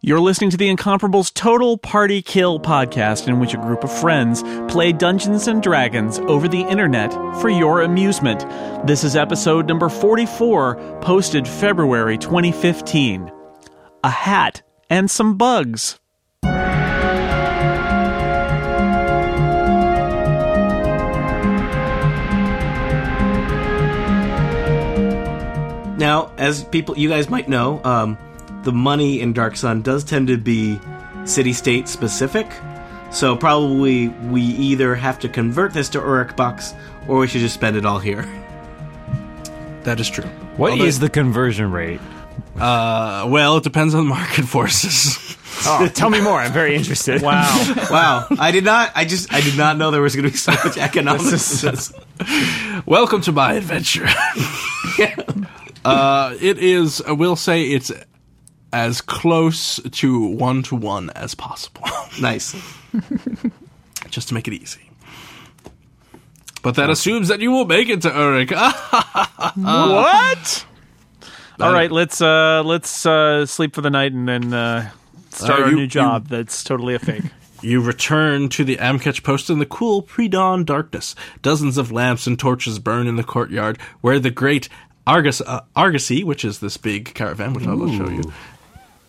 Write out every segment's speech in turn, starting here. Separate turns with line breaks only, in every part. You're listening to the Incomparables Total Party Kill podcast, in which a group of friends play Dungeons and Dragons over the internet for your amusement. This is episode number 44, posted February 2015. A hat and some bugs.
Now, as people, you guys might know, um, the money in Dark Sun does tend to be city-state specific. So probably we either have to convert this to Uruk bucks, or we should just spend it all here.
That is true.
What is
Although-
the conversion rate?
Uh, well, it depends on market forces.
Oh, tell me more. I'm very interested. Wow.
Wow, I did not. I just I did not know there was going to be so much economics. in this.
Welcome to my adventure. uh, it is. I will say it's as close to one to one as possible,
Nice.
just to make it easy. But that assumes that you will make it to Uruk. Uh,
what? All right, let's uh, let's uh, sleep for the night and then uh, start
Uh,
our
you-
new
you-
job. That's totally a fake.
You return to the Amketch post in the cool pre-dawn darkness. Dozens of lamps and torches burn in the courtyard where the great Argus, uh, Argosy, which is this big caravan, which I will show you.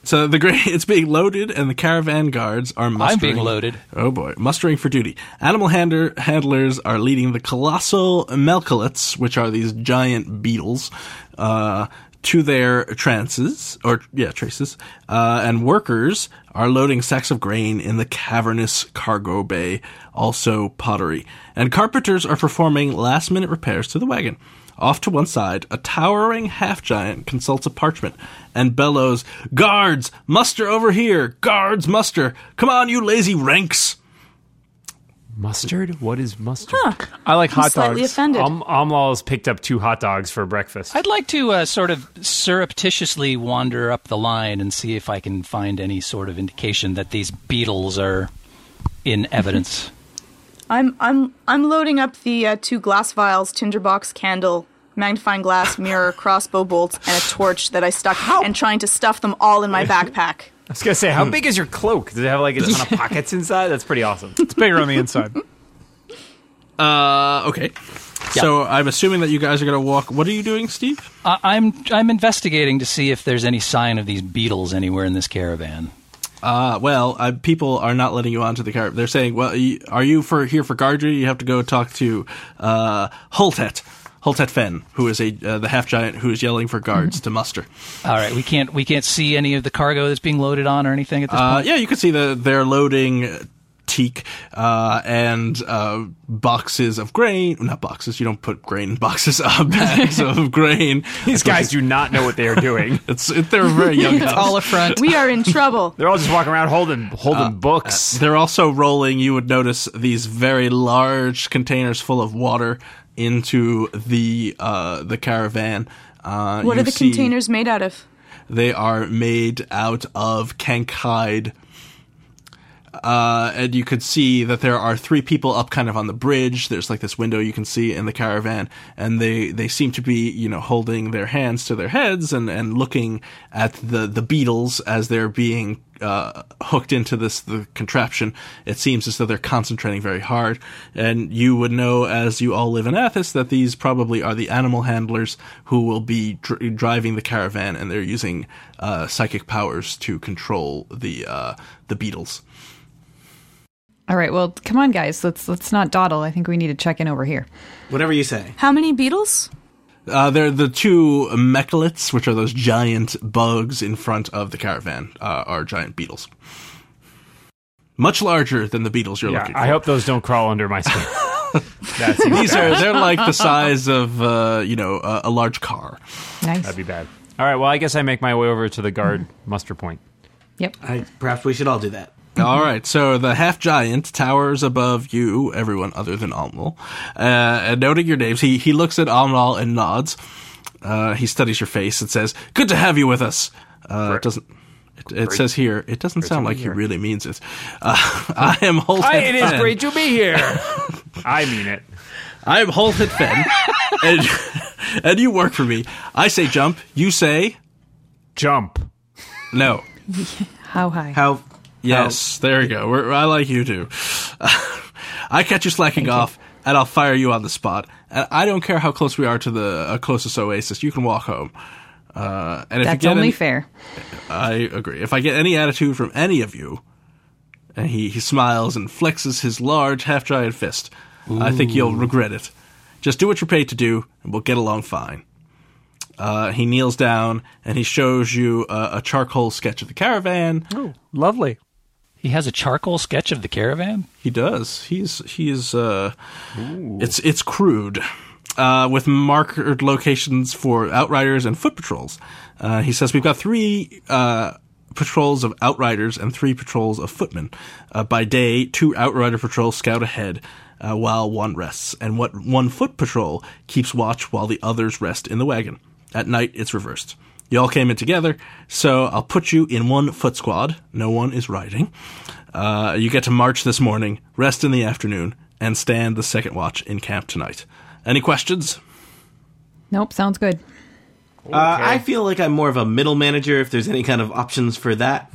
So the great it's being loaded, and the caravan guards are mustering.
being loaded.
Oh boy, mustering for duty. Animal hander, handlers are leading the colossal melcoliths, which are these giant beetles, uh, to their trances or yeah traces, uh, and workers are loading sacks of grain in the cavernous cargo bay, also pottery, and carpenters are performing last-minute repairs to the wagon. Off to one side, a towering half giant consults a parchment and bellows, Guards, muster over here! Guards, muster! Come on, you lazy ranks!
Mustard? What is mustard?
I like hot
slightly
dogs.
offended.
Um, Amlal's picked up two hot dogs for breakfast.
I'd like to uh, sort of surreptitiously wander up the line and see if I can find any sort of indication that these beetles are in
Mm-hmm.
evidence.
I'm I'm I'm loading up the uh, two glass vials, tinderbox candle, magnifying glass, mirror, crossbow bolts, and a torch that I stuck, and trying to stuff them all in my backpack.
I was gonna say, how big is your cloak? Does it have like a ton of pockets inside? That's pretty awesome.
It's bigger on the inside.
Uh, okay. So I'm assuming that you guys are going to walk. What are you doing, Steve?
I- I'm I'm investigating to see if there's any sign of these beetles anywhere in this caravan.
Uh, well, uh, people are not letting you onto the car. They're saying, well, y- are you for here for guardry? You have to go talk to uh, Holtet. Holtet Fen, who is a uh, the half giant who is yelling for guards to muster.
All right, we can't we can't see any of the cargo that's being loaded on or anything at this
Uh,
point.
yeah, you can see that they're loading teak uh, and uh, boxes of grain. Not boxes. You don't put grain in boxes. Uh, bags of grain.
These guys do not know what they are doing.
It's it, they're very young. it's
All a front.
We are in trouble.
They're all just walking around holding holding books.
They're also rolling, you would notice, these very large containers full of water into the uh, the caravan. Uh,
What
you
are the
see
containers made out of?
They are made out of kank hide. Uh, and you could see that there are three people up kind of on the bridge. There's like this window you can see in the caravan, and they, they seem to be, you know, holding their hands to their heads and, and looking at the, the beetles as they're being uh, hooked into this the contraption. It seems as though they're concentrating very hard. And you would know, as you all live in Athens, that these probably are the animal handlers who will be dr- driving the caravan, and they're using uh, psychic powers to control the uh, the beetles.
All right, well, come on, guys. Let's let's not dawdle. I think we need to check in over here.
Whatever you say.
How many beetles?
Uh, they're the two mechaliths, which are those giant bugs in front of the caravan, uh, are giant beetles. Much larger than the beetles you're
Yeah,
looking for.
I hope those don't crawl under my skin. That's
These are, they're like the size of, uh, you know, a, a large car.
Nice.
that'd be bad. All right, well, I guess I make my way over to the guard muster point.
yep.
I, perhaps we should all do that.
All right, so the half giant towers above you, everyone other than Omnal. Uh, and noting your names, he, he looks at Omnal and nods. Uh, he studies your face and says, Good to have you with us. Uh, it doesn't. It, it says here, it doesn't sound like he really means it. Uh, I am Holted
it is
Fenn.
great to be here. I mean it.
I am Holted Fenn, and, and you work for me. I say jump, you say
Jump.
no.
How high?
How?
Yes, there you go. We're, I like you too. I catch you slacking off, and I'll fire you on the spot. And I don't care how close we are to the uh, closest oasis. You can walk home. Uh, and if you
That's
get
only
any-
fair.
I agree. If I get any attitude from any of you, and he, he smiles and flexes his large half giant fist, I think you'll regret it. Just do what you're paid to do, and we'll get along fine. Uh, he kneels down and he shows you uh, a, a charcoal sketch of the caravan.
Lovely.
He has a charcoal sketch of the caravan.
He does. He's he's uh, it's it's crude, uh, with marked locations for outriders and foot patrols. Uh, he says we've got three uh, patrols of outriders and three patrols of footmen. Uh, by day, two outrider patrols scout ahead. Uh, while one rests, and what one foot patrol keeps watch while the others rest in the wagon. At night, it's reversed. You all came in together, so I'll put you in one foot squad. No one is riding. Uh, you get to march this morning, rest in the afternoon, and stand the second watch in camp tonight. Any questions?
Nope, sounds good.
Uh, I feel like I'm more of a middle manager. If there's any kind of options for that,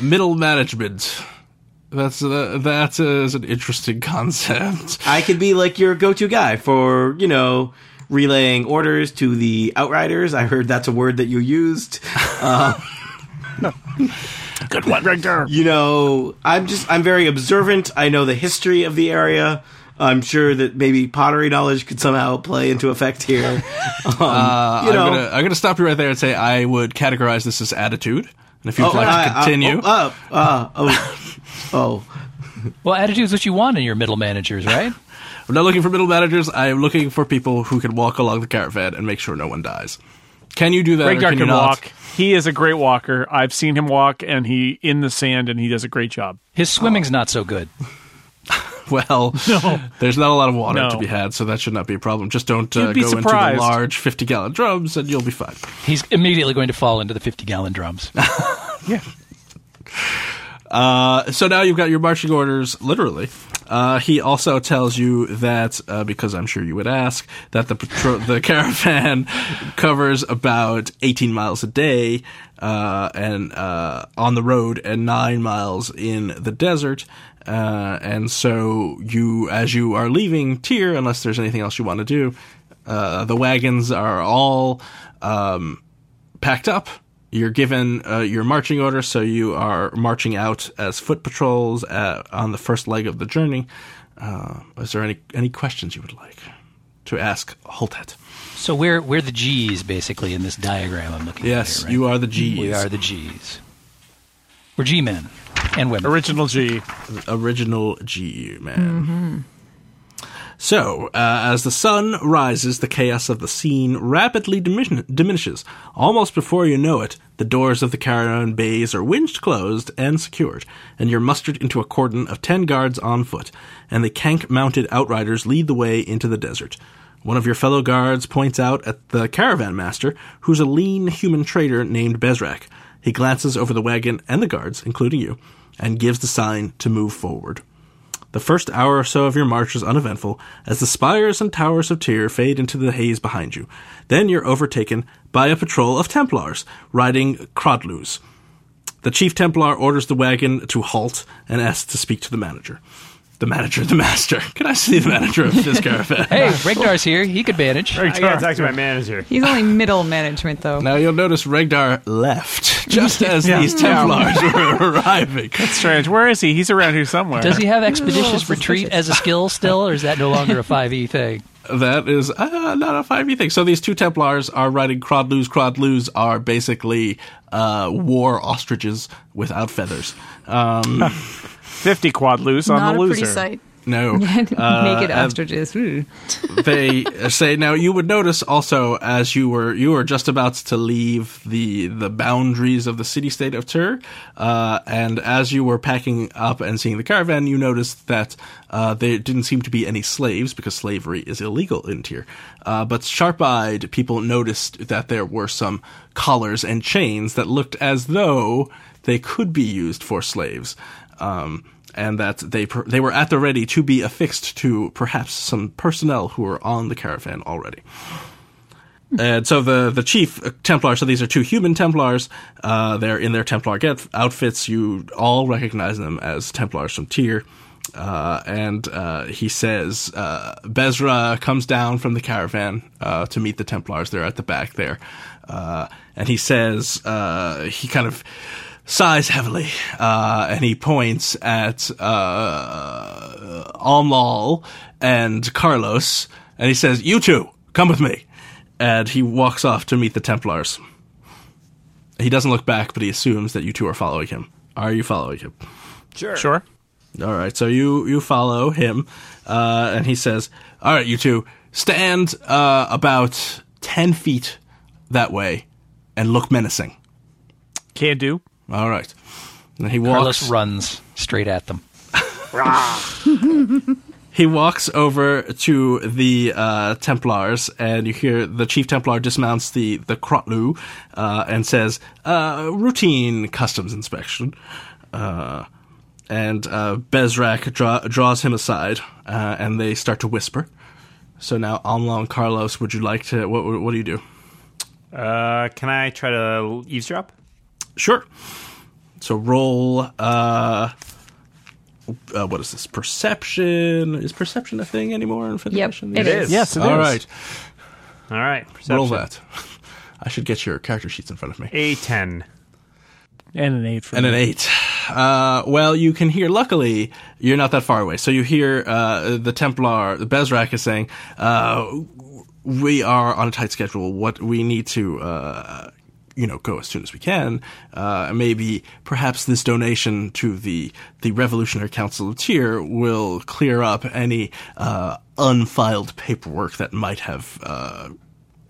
Middle management. That's uh, that is an interesting concept.
I could be like your go-to guy for you know relaying orders to the outriders. I heard that's a word that you used. Um,
Good one, Richter.
you know, I'm just I'm very observant. I know the history of the area. I'm sure that maybe pottery knowledge could somehow play into effect here. Um, you know,
Uh, I'm gonna I'm gonna stop you right there and say I would categorize this as attitude. And if you'd
Oh,
like to
uh, uh,
continue,
oh, uh, uh, oh, oh.
Well, attitude's what you want in your middle managers, right?
I'm not looking for middle managers. I am looking for people who can walk along the caravan and make sure no one dies. Can you do that? or
Rhaegar
can you
can
not?
walk. He is a great walker. I've seen him walk, and he in the sand, and he does a great job.
His swimming's
Oh.
not so good.
Well, there's not a lot of water
No.
to be had, so that should not be a problem. Just don't uh,
You'd be
go into
surprised.
the large 50 gallon drums and you'll be fine.
He's immediately going to fall into the 50 gallon drums.
Uh, so now you've got your marching orders, literally. Uh, he also tells you that, uh, because I'm sure you would ask, that the patro- the caravan covers about 18 miles a day uh, and uh, on the road and nine miles in the desert. Uh, and so you, as you are leaving Tier, unless there's anything else you want to do, uh, the wagons are all um, packed up. You're given uh, your marching order, so you are marching out as foot patrols uh on the first leg of the journey. Uh, is there any any questions you would like to ask Holtet?
so we're, we're the G's, basically, in this diagram I'm looking
Yes,
at. here, right?
you are the G's.
We are the G's. We're G men and women.
Original G.
original G man. So, uh, as the sun rises, the chaos of the scene rapidly dimin- diminishes. Almost before you know it, the doors of the caravan bays are winched closed and secured, and you're mustered into a cordon of ten guards on foot, and the kank mounted outriders lead the way into the desert. One of your fellow guards points out at the caravan master, who's a lean human trader named Bezrak. He glances over the wagon and the guards, including you, and gives the sign to move forward. The first hour or so of your march is uneventful, as the spires and towers of Tyr fade into the haze behind you. Then you're overtaken by a patrol of Templars riding Krodlus. The chief Templar orders the wagon to halt and asks to speak to the manager. The manager, the master. Can I see the manager of this caravan?
Hey, Regdar's here. He could manage.
I gotta talk to my manager.
He's only middle management though.
Now you'll notice Regdar left just as these Templars were arriving.
Strange. Where is he? He's around here somewhere.
Does he have expeditious retreat as a skill still, or is that no longer a 5e thing?
That is uh, not a 5e thing. So these two Templars are riding Crodlus. Crodlus are basically uh, war ostriches without feathers. Um,
Fifty quad loose on
Not
the
a
loser.
pretty sight.
no. uh,
Naked ostriches. Ooh.
they say now you would notice also as you were you were just about to leave the the boundaries of the city state of Tur, uh, and as you were packing up and seeing the caravan, you noticed that uh, there didn't seem to be any slaves because slavery is illegal in Tyr. Uh, but sharp-eyed people noticed that there were some collars and chains that looked as though they could be used for slaves. Um, and that they per- they were at the ready to be affixed to perhaps some personnel who were on the caravan already. And Uh, so the the chief uh, Templar. So these are two human Templars. Uh, they're in their Templar get- outfits. You all recognize them as Templars from Tyr. Uh, and uh, he says, uh, Bezra comes down from the caravan uh, to meet the Templars. They're at the back there. Uh, and he says, uh, he kind of sighs heavily uh, and he points at uh, Almal and Carlos and he says, You two, come with me. And he walks off to meet the Templars. He doesn't look back, but he assumes that you two are following him. Are you following him?
Sure.
All right, so you you follow him, uh, and he says, "All right, you two, stand uh, about ten feet that way, and look menacing."
Can do.
All right, and he walks.
Carlos runs straight at them.
He walks over to the uh, Templars, and you hear the Chief Templar dismounts the the Krotlu, uh, and says, uh, "Routine customs inspection." Uh, and uh, Bezrak draw, draws him aside, uh, and they start to whisper. So now, Amla and Carlos, would you like to? What, what do you do?
Uh, can I try to eavesdrop?
Sure. So roll. Uh, uh, what is this? Perception is perception a thing anymore in Fifth
Yep,
Edition?
it is.
Yes, it is.
All right.
All right.
Roll
perception.
that. I should get your character sheets in front of me.
A ten.
And an eight for
And an eight. Uh, well, you can hear. Luckily, you're not that far away, so you hear uh, the Templar, the Bezrak, is saying, uh, "We are on a tight schedule. What we need to, uh, you know, go as soon as we can. Uh, maybe, perhaps, this donation to the the Revolutionary Council of Tyr will clear up any uh, unfiled paperwork that might have." Uh,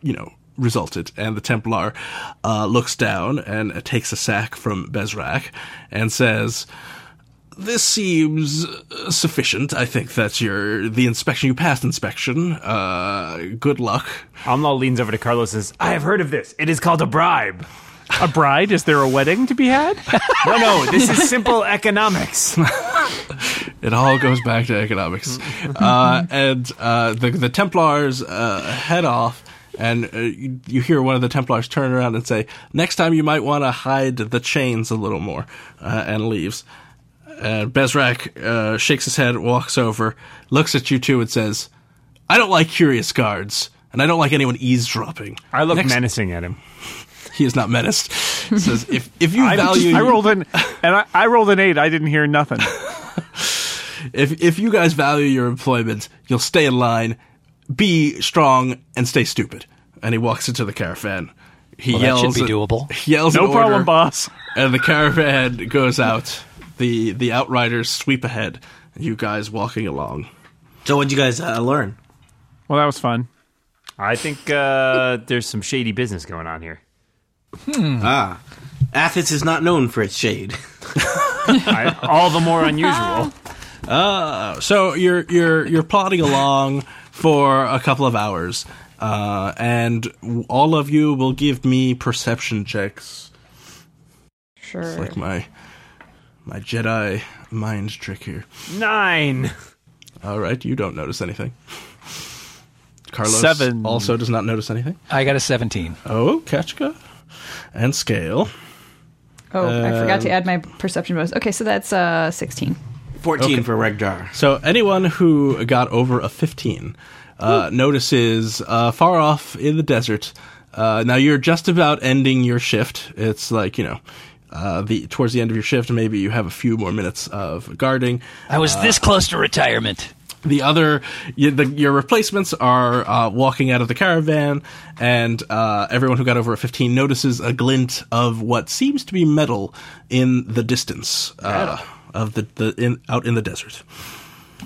you know, resulted. And the Templar uh, looks down and uh, takes a sack from Bezrak and says, this seems uh, sufficient. I think that your the inspection you passed inspection. Uh, good luck.
Amla leans over to Carlos and says, "I have heard of this. It is called a bribe."
a bride. Is there a wedding to be had?
No, no, this is simple economics.
It all goes back to economics. Uh, and uh, the the Templars uh, head off, and uh, you, you hear one of the Templars turn around and say, "Next time you might want to hide the chains a little more," uh, and leaves. Uh, Bezrak uh, shakes his head, walks over, looks at you two, and says, "I don't like curious guards, and I don't like anyone eavesdropping."
I look
Next-
menacing at him.
He is not menaced. says, "If if you
I,
value,
I rolled an and I, I rolled an eight. I didn't hear nothing.
if if you guys value your employment, you'll stay in line, be strong, and stay stupid. And he walks into the caravan. He
Well, that
yells.
should be
at-
doable.
He yells.
No
an order,
problem, boss.
And the caravan goes out. The the outriders sweep ahead. You guys walking along.
So, what'd you guys uh, learn?
Well, that was fun.
I think uh, there's some shady business going on here.
Ah, Athens is not known for its shade.
I, all the more unusual.
so you're you're you're plodding along for a couple of hours, uh, and w- all of you will give me perception checks.
Sure.
Like my my Jedi mind trick here.
Nine.
All right, you don't notice anything. Carlos
Seven.
also does not notice anything.
I got a 17.
Oh, Kachka and Scale.
oh, I forgot to add my perception bonus. Okay, so that's uh 16.
14 for Regdar.
So anyone who got over a 15 uh, notices uh, far off in the desert. Uh, now you're just about ending your shift. It's like you know, uh, the towards the end of your shift, maybe you have a few more minutes of guarding.
I was this close to retirement.
The other, you, the, your replacements are uh, walking out of the caravan, and uh, everyone who got over a 15 notices a glint of what seems to be metal in the distance uh, of the, the in, out in the desert.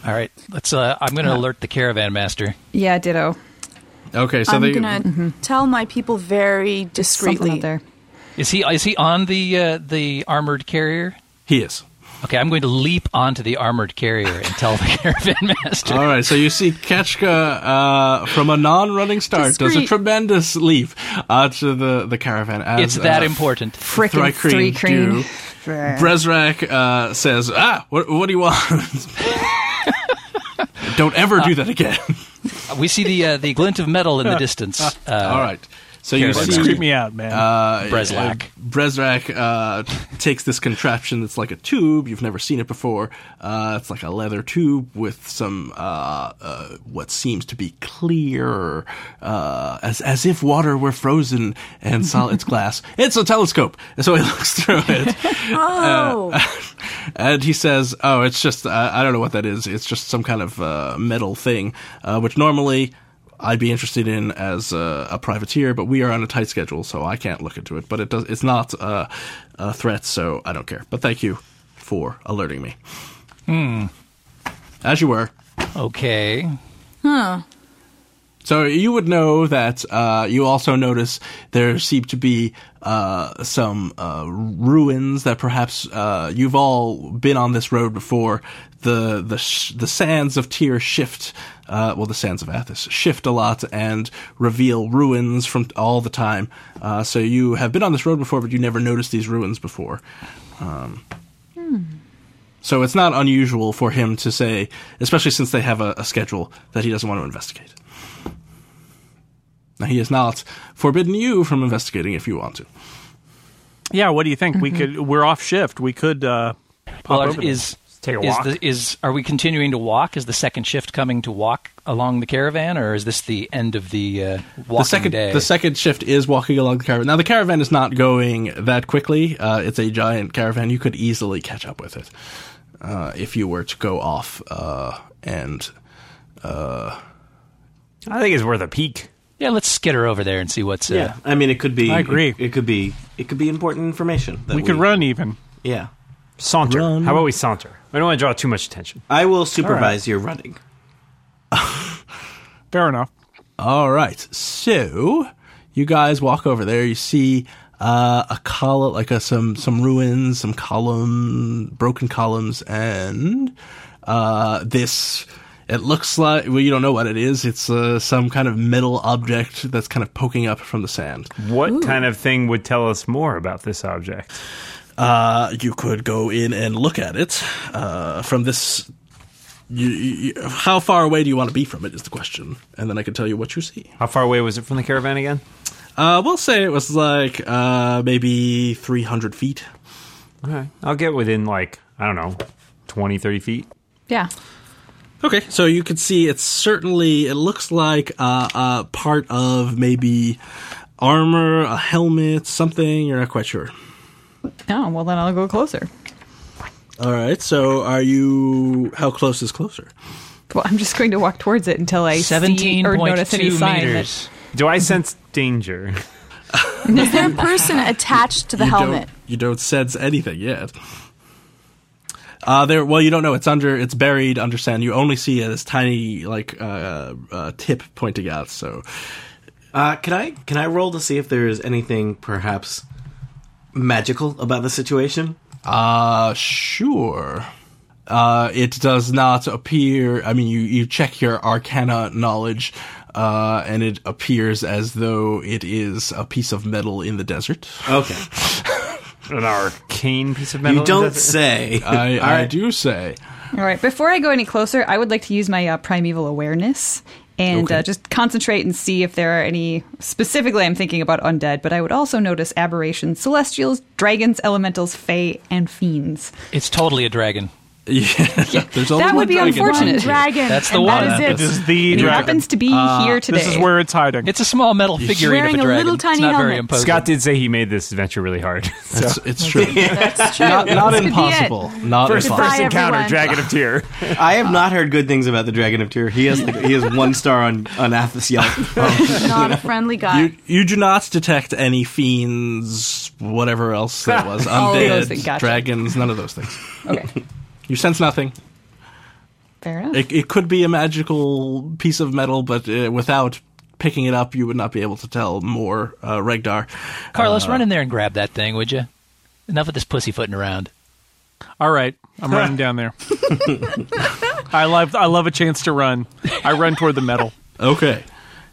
All right, let's. Uh, I'm going to alert the caravan master.
Yeah, ditto.
Okay, so
I'm
they,
gonna tell my people very
Something
discreetly.
out there.
Is he? Is he on the uh, the armored carrier?
he is.
Okay, I'm going to leap onto the armored carrier and tell the caravan master.
All right, so you see Ketchka uh, from a non-running start does a
Discreet.
tremendous leap uh, to the, the caravan. As,
It's that
uh,
important.
Frickin' three
do.
cream.
Brezrak uh, says,
Uh,
"Ah, what, what do you want? Don't ever do that again."
We see the uh, the glint of metal in the distance. Uh,
All right. So you
Let's
see
creep me out, man.
Breslak.
Uh, Brezrak uh, takes this contraption that's like a tube. You've never seen it before. Uh, it's like a leather tube with some uh, uh, what seems to be clear, uh, as as if water were frozen and solid glass. It's a telescope. And so he looks through it,
Oh,
and he says, "Oh, it's just uh, I don't know what that is. It's just some kind of uh, metal thing, uh, which normally." I'd be interested in as a, a privateer, but we are on a tight schedule, so I can't look into it. But it does, it's not uh, a threat, so I don't care. But thank you for alerting me. As you were.
Okay.
So you would know that uh, you also notice there seem to be uh, some uh, ruins that perhaps uh, you've all been on this road before. The the sh- the sands of Tyr shift, uh, well, the sands of Athos shift a lot and reveal ruins from all the time. Uh, so you have been on this road before, but you never noticed these ruins before. Um, So it's not unusual for him to say, especially since they have a, a schedule, that he doesn't want to investigate. Now, he has not forbidden you from investigating if you want to.
yeah, what do you think? We could. We're off shift. We could. Uh, pop
Well,
over there.
is
Take a
is,
walk.
the, is are we continuing to walk? Is the second shift coming to walk along the caravan, or is this the end of the uh, walking
The second,
day?
the second shift is walking along the caravan. Now, the caravan is not going that quickly. Uh, it's a giant caravan. You could easily catch up with it uh, if you were to go off uh, and
I think it's worth a peek.
yeah, let's skitter over there and see what's. Uh,
Yeah, I mean, it could be.
I agree.
It, it could be. It could be important information. That
we could run even.
Yeah,
Saunter. How about we saunter? We don't want to draw too much attention.
I will supervise your running.
Fair enough.
All right. So you guys walk over there. You see uh, a column, like a, some some ruins, some column, broken columns, and uh, this. It looks like well, you don't know what it is. It's uh, some kind of metal object that's kind of poking up from the sand.
What kind of thing would tell us more about this object?
Uh, you could go in and look at it uh, from this. You, you, you- how far away do you want to be from it? Is the question, and then I can tell you what you see.
How far away was it from the caravan again?
Uh, we'll say it was like uh, maybe 300 feet.
Okay. I'll get within like, I don't know, 20, 30 feet.
Yeah.
Okay, so you can see it's certainly, it looks like uh, uh, part of maybe armor, a helmet, something. You're not quite sure.
Oh, well, then I'll go closer.
All right, so are you, how close is closer?
Well, I'm just going to walk towards it until I see
Seventeen
or
point
notice any
two
sign. that-
meters.
Do I sense danger?
is there a person attached to the
you
helmet?
Don't, you don't sense anything yet. Uh, there. Well, you don't know. It's under. It's buried under sand. You only see this tiny, like, uh, uh, tip pointing out. So,
Uh, can I can I roll to see if there is anything perhaps magical about the situation?
Uh, sure. Uh, it does not appear. I mean, you, you check your arcana knowledge, uh, and it appears as though it is a piece of metal in the desert.
Okay,
An arcane piece of metal?
you don't
That's-
say.
I,
All
I
right.
do say.
All right. Before I go any closer, I would like to use my uh, primeval awareness and uh, just concentrate and see if there are any. Specifically, I'm thinking about undead, but I would also notice aberrations, celestials, dragons, elementals, fae, and fiends.
It's totally a dragon.
Yeah, there's only one
that would be
dragon.
unfortunate.
Dragon.
That's the
and
one.
That
It
is it.
is the
It
dragon.
happens to be here today.
This is where it's hiding.
It's a small metal figurine
wearing
of
a
a dragon.
little tiny
it's not very
helmet.
imposing.
Scott did say he made this adventure really hard. So.
It's, it's true.
That's true.
not not
Uh, This could be
impossible. Not
First,
impossible.
first encounter,
everyone.
Dragon of Tear.
I have not heard good things about the Dragon of Tyr. He has like, he has one star on on Athos Yelp.
Not a friendly guy.
You, you do not detect any fiends, whatever else that was,
All of those
undead,
things, Oh, gotcha.
dragons, none of those things.
Okay.
You sense nothing.
Fair enough.
It, it could be a magical piece of metal, but uh, without picking it up, you would not be able to tell more. Uh, Regdar,
Carlos, run in there and grab that thing, would you? Enough of this pussyfooting around.
All right, I'm running down there. I love I love a chance to run. I run toward the metal.
okay.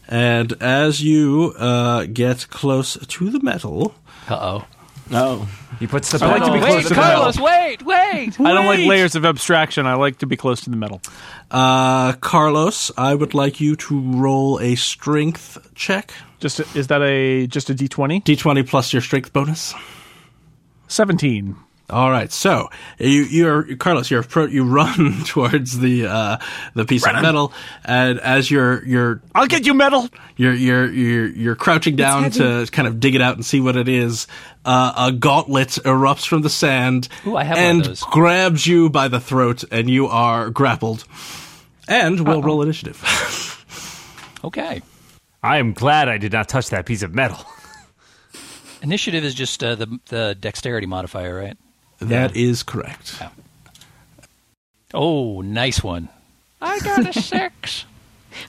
And as you uh, get close to the metal,
Uh oh.
Oh,
He puts the
I like to
pedal-
be close
Wait,
to the metal.
Carlos, wait, wait.
I don't like layers of abstraction. I like to be close to the metal.
Uh, Carlos, I would like you to roll a strength check.
Just a, is that a just a D twenty?
D20 plus your strength bonus.
Seventeen.
All right, so you, you're Carlos. You're pro, you run towards the uh, the piece of metal, and as you're you're
I'll get you metal.
you're you're you're, you're crouching down to kind of dig it out and see what it is. Uh, a gauntlet erupts from the sand
Ooh, I have one of
and
those.
grabs you by the throat, and you are grappled. And we'll roll initiative.
Okay.
I am glad I did not touch that piece of metal.
Initiative is just uh, the the dexterity modifier, right?
That is correct.
Oh, nice one. I got a six.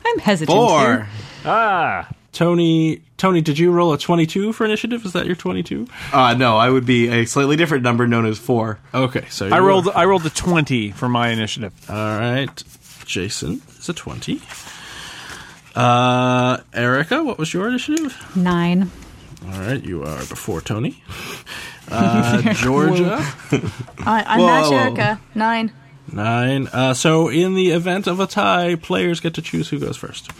I'm hesitant.
Four.
here.
Ah,
Tony, Tony, did you roll a twenty-two for initiative? Is that your twenty-two?
Uh, no, I would be a slightly different number known as four.
Okay, so
I
you-
rolled I rolled a twenty for my initiative.
All right, Jason is a twenty. Uh, Erica, what was your initiative?
Nine.
All right, you are before Tony. Uh, Georgia
I, I'm
Whoa.
Match Erica. Nine.
nine. Uh, so in the event of a tie, players get to choose who goes first.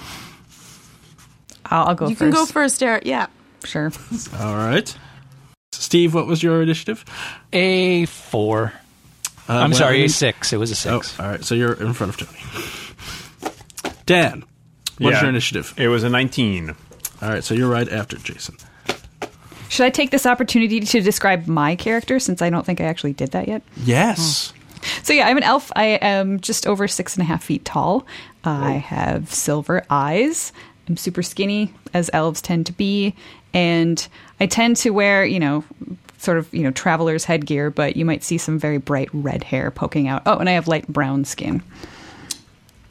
I'll, I'll go
you
first.
can go first, Eric. Yeah.
Sure.
All right, Steve, what was your initiative?
A four.
Uh,
I'm
well,
sorry,
in-
a six. It was a
Oh,
six.
all right, so you're in front of Tony. Dan, what's
Yeah.
your initiative?
it was a 19.
All right, so you're right after Jason.
Should I take this opportunity to describe my character since I don't think I actually did that yet?
Yes.
So yeah, I'm an elf. I am just over six and a half feet tall.
Oh.
I have silver eyes. I'm super skinny, as elves tend to be, and I tend to wear, you know, sort of, you know, traveler's headgear. But you might see some very bright red hair poking out. Oh, and I have light brown skin.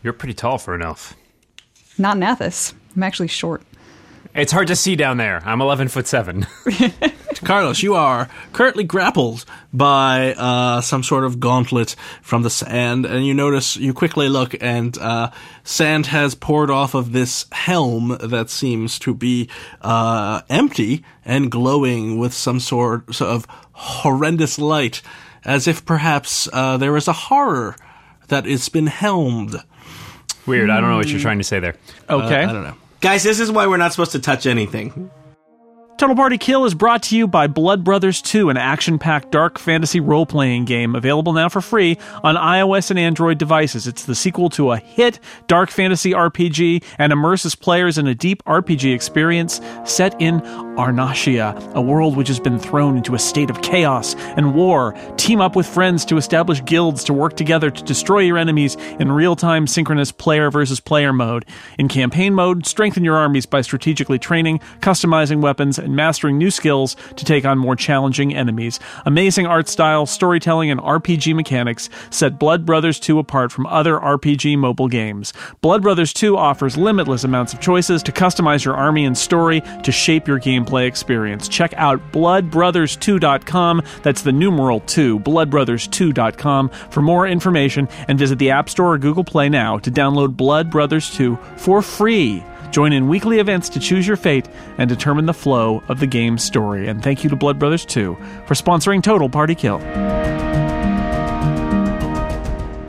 You're pretty tall for an elf.
Not an Athos. I'm actually short.
It's hard to see down there. I'm 11 foot 7.
Carlos, you are currently grappled by uh, some sort of gauntlet from the sand, and you notice, you quickly look, and uh, sand has poured off of this helm that seems to be uh, empty and glowing with some sort of horrendous light, as if perhaps uh, there is a horror that has been helmed. Uh,
Weird. I don't know what you're trying to say there.
Okay.
I don't know.
Guys, this is why we're not supposed to touch anything.
Total Party Kill is brought to you by Blood Brothers 2, an action packed dark fantasy role playing game available now for free on iOS and Android devices. It's the sequel to a hit dark fantasy RPG and immerses players in a deep RPG experience set in Arnashia, a world which has been thrown into a state of chaos and war. Team up with friends to establish guilds to work together to destroy your enemies in real time synchronous player versus player mode. In campaign mode, strengthen your armies by strategically training, customizing weapons, and mastering new skills to take on more challenging enemies. Amazing art style, storytelling, and RPG mechanics set Blood Brothers 2 apart from other RPG mobile games. Blood Brothers 2 offers limitless amounts of choices to customize your army and story to shape your gameplay experience. Check out bloodbrothers2.com. That's the numeral 2, bloodbrothers2.com for more information and visit the App Store or Google Play now to download Blood Brothers 2 for free. Join in weekly events to choose your fate and determine the flow of the game's story. And thank you to Blood Brothers 2 for sponsoring Total Party Kill.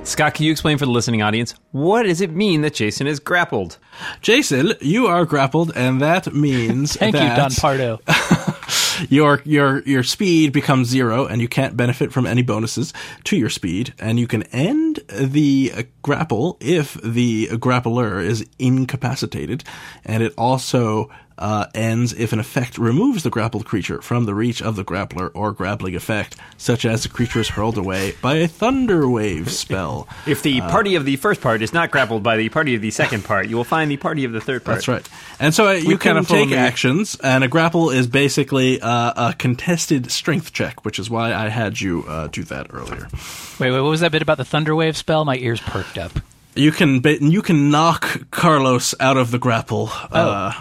Scott, can you explain for the listening audience what does it mean that Jason is grappled?
Jason, you are grappled, and that means
Thank you,
that
Don Pardo.
your your your speed becomes zero, and you can't benefit from any bonuses to your speed, and you can end the uh, grapple if the grappler is incapacitated, and it also uh, ends if an effect removes the grappled creature from the reach of the grappler or grappling effect, such as the creature is hurled away by a thunder wave spell.
If the party of the first part is not grappled by the party of the second part, you will find the party of the third part.
That's right. And so uh, you
kinda
can
follow
take
me.
actions, and a grapple is basically uh, a contested strength check, which is why I had you uh, do that earlier.
Wait, wait, what was that bit about the thunderwave spell? My ears perked up.
You can ba- you can knock Carlos out of the grapple uh,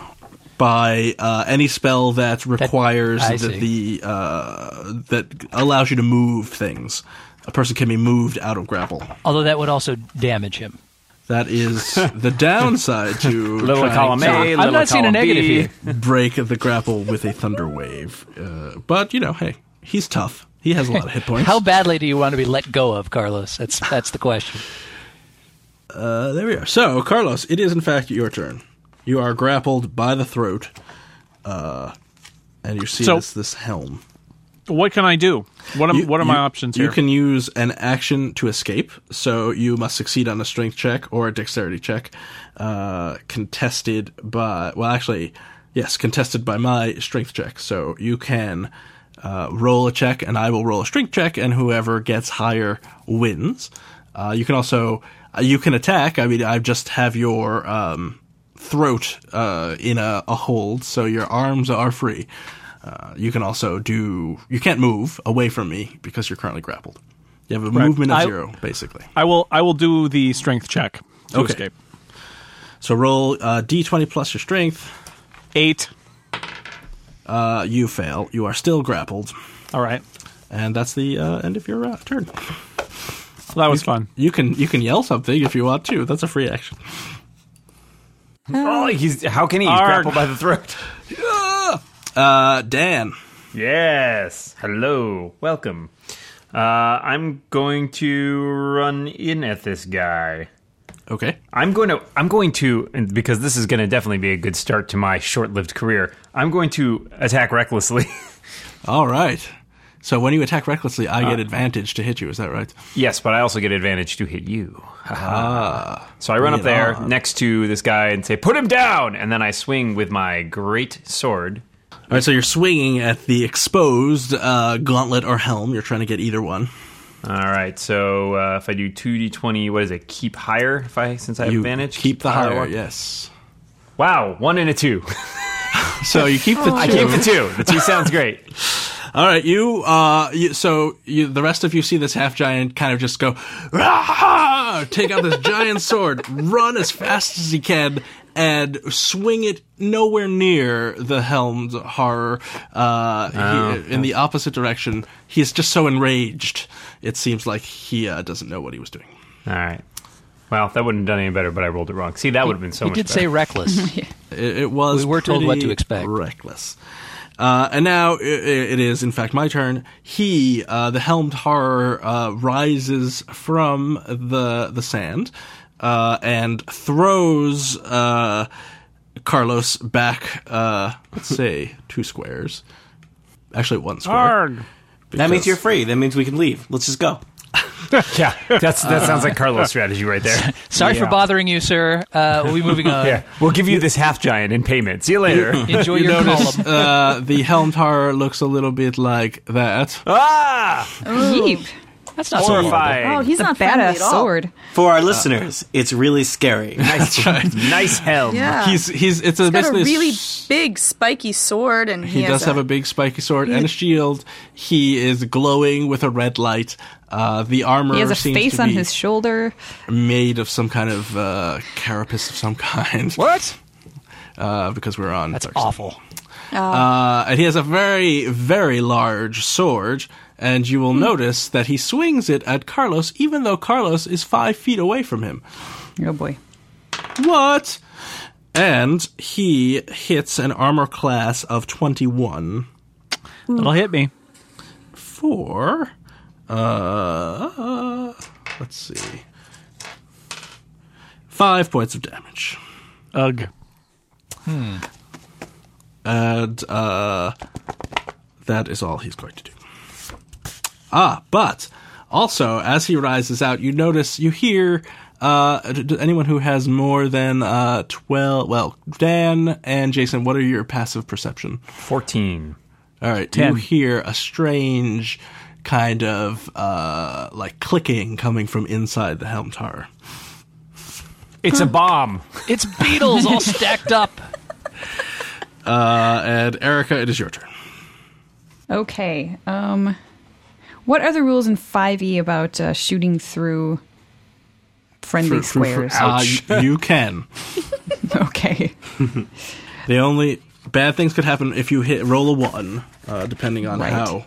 by uh, any spell that requires
I
that
see.
the uh, that allows you to move things. A person can be moved out of grapple.
Although that would also damage him.
That is the downside to
Little
trying
column
to-
A,
I'm
little
not seeing a
column B.
negative here.
break the grapple with a thunder wave. Uh, but you know, hey, He's tough. He has a lot of hit points.
How badly do you want to be let go of, Carlos? That's that's the question.
Uh, there we are. So, Carlos, it is in fact your turn. You are grappled by the throat, uh, and you see
So-
this, this helm.
What can I do? What am,
You-
what are my
you-
options here?
You can use an action to escape, so you must succeed on a strength check or a dexterity check, uh, contested by. Well, actually, yes, contested by my strength check. So you can uh, roll a check, and I will roll a strength check, and whoever gets higher wins. Uh, you can also uh, you can attack. I mean, I just have your um, throat uh, in a, a hold, so your arms are free. Uh, you can also do. You can't move away from me because you're currently grappled. You have a movement of
I-
zero, basically.
I will I will do the strength check to
Okay.
escape.
So roll uh, d20 plus your strength.
Eight.
Uh, you fail. You are still grappled,
All right,
and that's the uh, end of your uh, turn.
that was fun.
You can you can yell something if you want to. That's a free action.
Oh, he's how can he He's
Arg.
grappled by the throat?
Uh, Dan,
Yes. Hello. Welcome. Uh, I'm going to run in at this guy.
okay.
I'm going to I'm going to and because this is going to definitely be a good start to my short-lived career. I'm going to attack recklessly.
All right. So when you attack recklessly, I get advantage to hit you. Is that right?
yes, but I also get advantage to hit you. so I run
Ah, bring
up
it
there
on.
next to this guy and say, "Put him down!" And then I swing with my great sword.
All right. So you're swinging at the exposed uh, gauntlet or helm. You're trying to get either one.
All right. So uh, if I do two d20, what is it? Keep higher if I since I have
You
advantage.
Keep the
higher
higher.
one.
Yes.
Wow, one and a two.
So you keep the two.
Oh, I keep the two. The two sounds great.
All right, you. Uh, you, so you, the rest of you see this half giant kind of just go, "Rah!" take out this giant sword, run as fast as he can, and swing it nowhere near the helmed horror uh, he- in the opposite direction. He is just so enraged. It seems like he uh, doesn't know what he was doing.
All right. Well, that wouldn't have done any better, but I rolled it wrong. See, that would have been so
you
much
did
better.
say reckless.
It, it was.
We were told what to
pretty
expect.
Reckless. Uh, and now i i- it is, in fact, my turn. He, uh, the helmed horror, uh, rises from the the sand uh, and throws uh, Carlos back. Uh, let's say two squares. Actually, one square.
Arg.
That means
because-
you're free. That means we can leave. Let's just go.
yeah, that's that sounds like Carlos' strategy right there.
Sorry for
Yeah.
bothering you, sir. Uh, we moving on.
Yeah, we'll give you this half giant in payment. See you later.
Enjoy
You
your
notice
column.
uh, the helmed horror looks a little bit like that.
ah,
Yeep.
Uh,
That's not so bad.
horrifying.
Oh, he's
The
not friendly
badass
at all.
sword.
For our listeners, it's really scary.
nice, nice helm.
Yeah.
He's he's it's a,
Ah. got a
basically a
really
s-
big spiky sword, and he,
He,
has
does have a big spiky sword and a shield. He is glowing with a red light. Uh, the armor
He has a
seems
face
to
on
be
his shoulder.
made of some kind of uh, carapace of some kind.
What?
Uh, because we're on.
That's
Dark Side.
awful.
Uh, and he has a very, very large sword. And you
Hmm.
will notice that he swings it at Carlos, even though Carlos is five feet away from him.
Oh boy.
What? And he hits an armor class of 21.
It'll hit me.
for uh let's see five points of damage
Ugh.
and uh that is all he's going to do ah but also as he rises out you notice you hear uh d- d- anyone who has more than uh 12 well dan and jason what are your passive perception
Fourteen.
All right, you
Ten.
hear a strange kind of uh, like clicking coming from inside the helm tower.
It's a bomb.
It's beetles all stacked up.
Uh, and Erica, it is your turn.
Okay. Um, what are the rules in 5e about uh, shooting through friendly squares?
Uh, you can.
okay.
The only bad things could happen if you hit roll a one, uh, depending on
Right.
how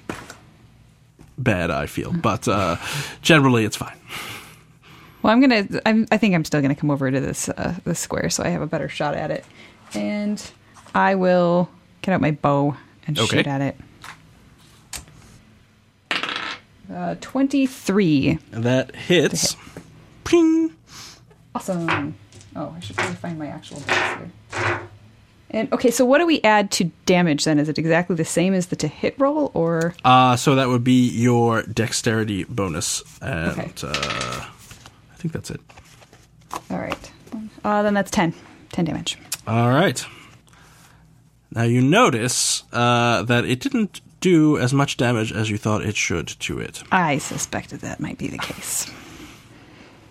bad I feel. But uh, generally, it's fine.
Well, I'm gonna. I'm, I think I'm still gonna come over to this uh, this square, so I have a better shot at it. And I will get out my bow and
Okay.
shoot at it. Uh, 23.
That hits. Ping.
Awesome. Oh, I should probably find my actual dice here. And okay, so what do we add to damage then? Is it exactly the same as the to hit roll, or
Uh, so that would be your dexterity bonus, and
Okay.
uh, I think that's it.
all right? Uh, then that's ten. Ten damage.
All right. Now you notice uh, that it didn't do as much damage as you thought it should to it.
I suspected that might be the case.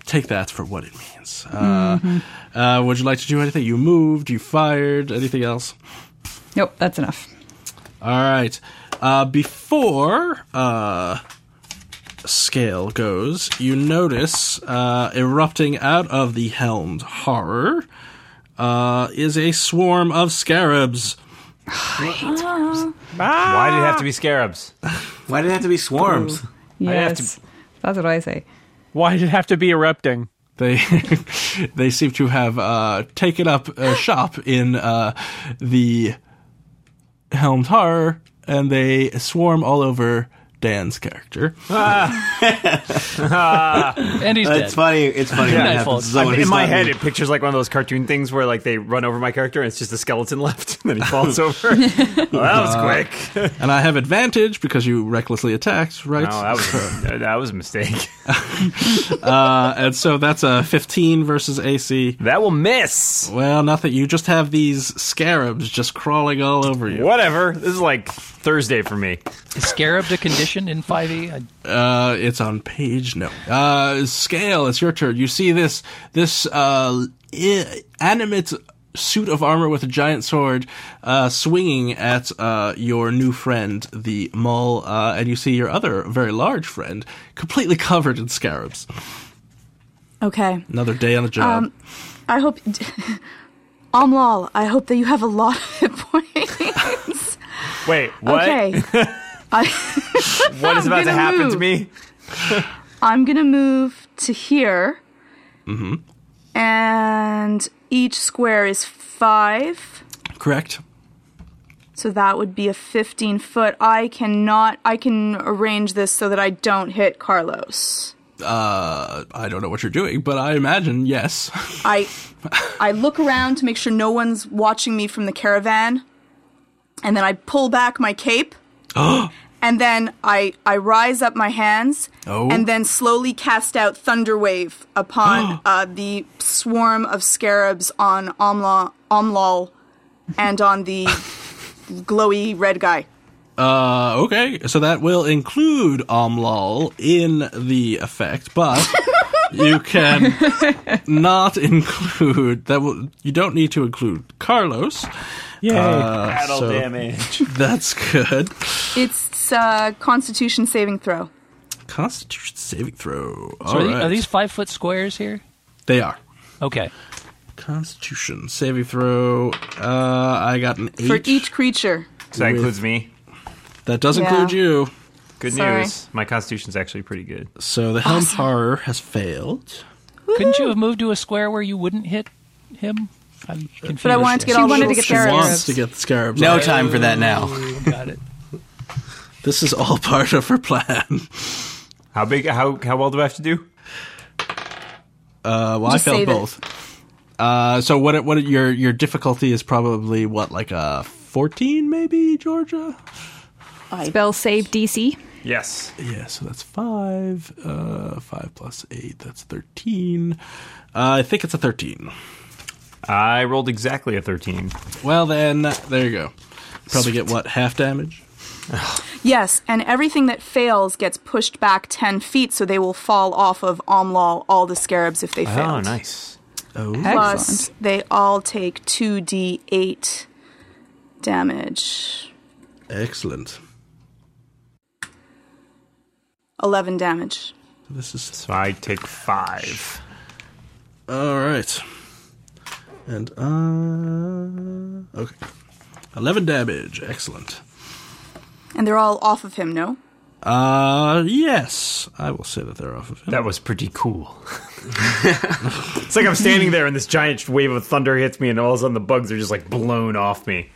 Take that for what it means. Uh, uh, would you like to do anything? You moved, you fired, anything else?
Nope, that's enough.
All right. Uh, before uh, scale goes, you notice uh, erupting out of the helmed horror uh, is a swarm of scarabs.
Why did it
Ah.
have to be scarabs?
Why did it have to be swarms?
have to-
Yes, that's what I say.
Why did it have to be erupting?
They they seem to have uh, taken up uh, shop in uh, the helmed horror, and they swarm all over Dan's character.
And he's dead.
Uh, It's funny. It's funny. when Oh, it
Nightfall.
happens to
I
someone
mean,
who's
in my
not
head,
me.
it pictures like one of those cartoon things where like they run over my character and it's just a skeleton left, and then he falls
Oh.
over. well,
Uh,
that was quick. no,
And I have advantage because you recklessly attacked, right?
that was that was a mistake.
Uh, and so that's a 15 versus AC.
That will miss.
Well, nothing. You just have these scarabs just crawling all over you.
Whatever. This is like Thursday for me.
Is Scarab the condition in 5e? I-
Uh, it's on page no. Uh, scale. It's your turn. You see this this uh i- animate suit of armor with a giant sword uh swinging at uh your new friend the mole uh and you see your other very large friend completely covered in scarabs
Okay.
another day on the job
I hope. Omlal, I hope that you have a lot of hit points.
Wait, what?
Okay. I,
What is about to
gonna
happen to
move.
me?
I'm going to move to here. Mm-hmm. And each square is five.
correct
So that would be a 15 foot. I cannot. I can arrange this so that I don't hit Carlos.
uh i don't know what you're doing but i imagine yes
I, I look around to make sure no one's watching me from the caravan, and then I pull back my cape. And then I, I rise up my hands
Oh.
and then slowly cast out Thunderwave upon uh, the swarm of scarabs on Omla, Omlal and on the glowy red guy.
Uh, okay, so that will include Omlal in the effect, but you can not include that. Will you don't need to include Carlos?
Yay.
Uh,
Battle
so
damage.
That's good.
It's uh, Constitution saving throw.
Constitution saving throw.
so
All
are,
right,
the- are these five foot squares here?
they are.
Okay.
Constitution saving throw. Uh, I got an eight.
for each creature.
So that includes me.
That does
Yeah.
include you.
Good
Sorry.
news. My constitution's actually pretty good.
So the helm horror has failed.
Couldn't you have moved to a square where you wouldn't hit him? I'm confused.
But I wanted to get
She
all
wanted
the
to get
She
Scarabs.
wants to get the scarabs.
No
off.
time for that now.
Got it.
This is all part of her plan.
How big? How how well do I have to do?
Uh, well,
Just
I failed
save it.
both. Uh, so what? What your your difficulty is probably what like a fourteen maybe Georgia?
Spell save DC.
Yes.
Yeah, so that's five. Uh, five plus eight, that's thirteen. Uh, I think it's a thirteen.
I rolled exactly a thirteen.
Well, then there you go. Probably get what half damage.
Yes, and everything that fails gets pushed back 10 feet, so they will fall off of Omlal, all the scarabs, if they fail.
Oh, nice.
Oh,
Plus,
Excellent.
they all take 2d8 damage.
Excellent.
11 damage.
This is
So I take five.
all right. And uh, okay, eleven damage. Excellent.
And they're all off of him, no?
Uh, yes, I will say that they're off of him.
That was pretty cool. it's like I'm standing there and this giant wave of thunder hits me, and all of a sudden the bugs are just like blown off me.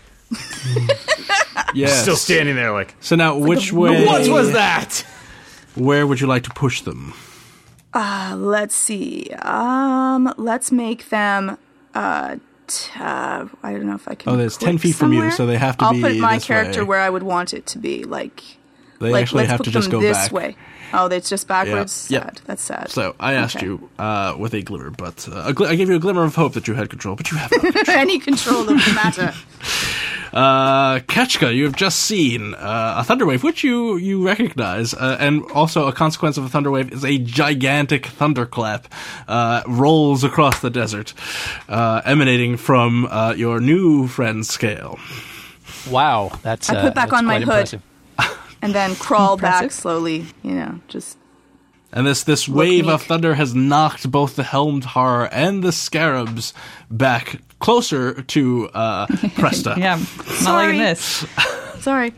Yes.
Still standing there, like
So now, which way?
what was that?
Where would you like to push them?
Let's see. Um, let's make them. Uh, t- uh, I don't know if I can.
Oh, there's
click
10 feet from you,
somewhere.
so they have to
I'll
be
put my
this
character
way.
where I would want it to be. Like,
They
like
actually
let's
have
put
to just
them
go
this
back.
way. Oh, it's just backwards.
Yeah.
Sad. That's sad.
So I asked
Okay.
you uh, with a glimmer, but uh, a gl- I gave you a glimmer of hope that you had control, but you have not.
any control of the matter.
uh, Ketchka, you have just seen uh, a thunderwave, which you you recognize, uh, and also a consequence of a thunderwave is a gigantic thunderclap uh, rolls across the desert, uh, emanating from uh, your new friend Scale.
Wow, that's
I
uh,
put back
that's
on my
quite
hood.
impressive.
and then crawl back
Impressive.
slowly. You know, just
And this this wave of
meek.
thunder has knocked both the helmed horror and the scarabs back closer to uh, Presta.
Yeah, not
Sorry.
liking this.
sorry.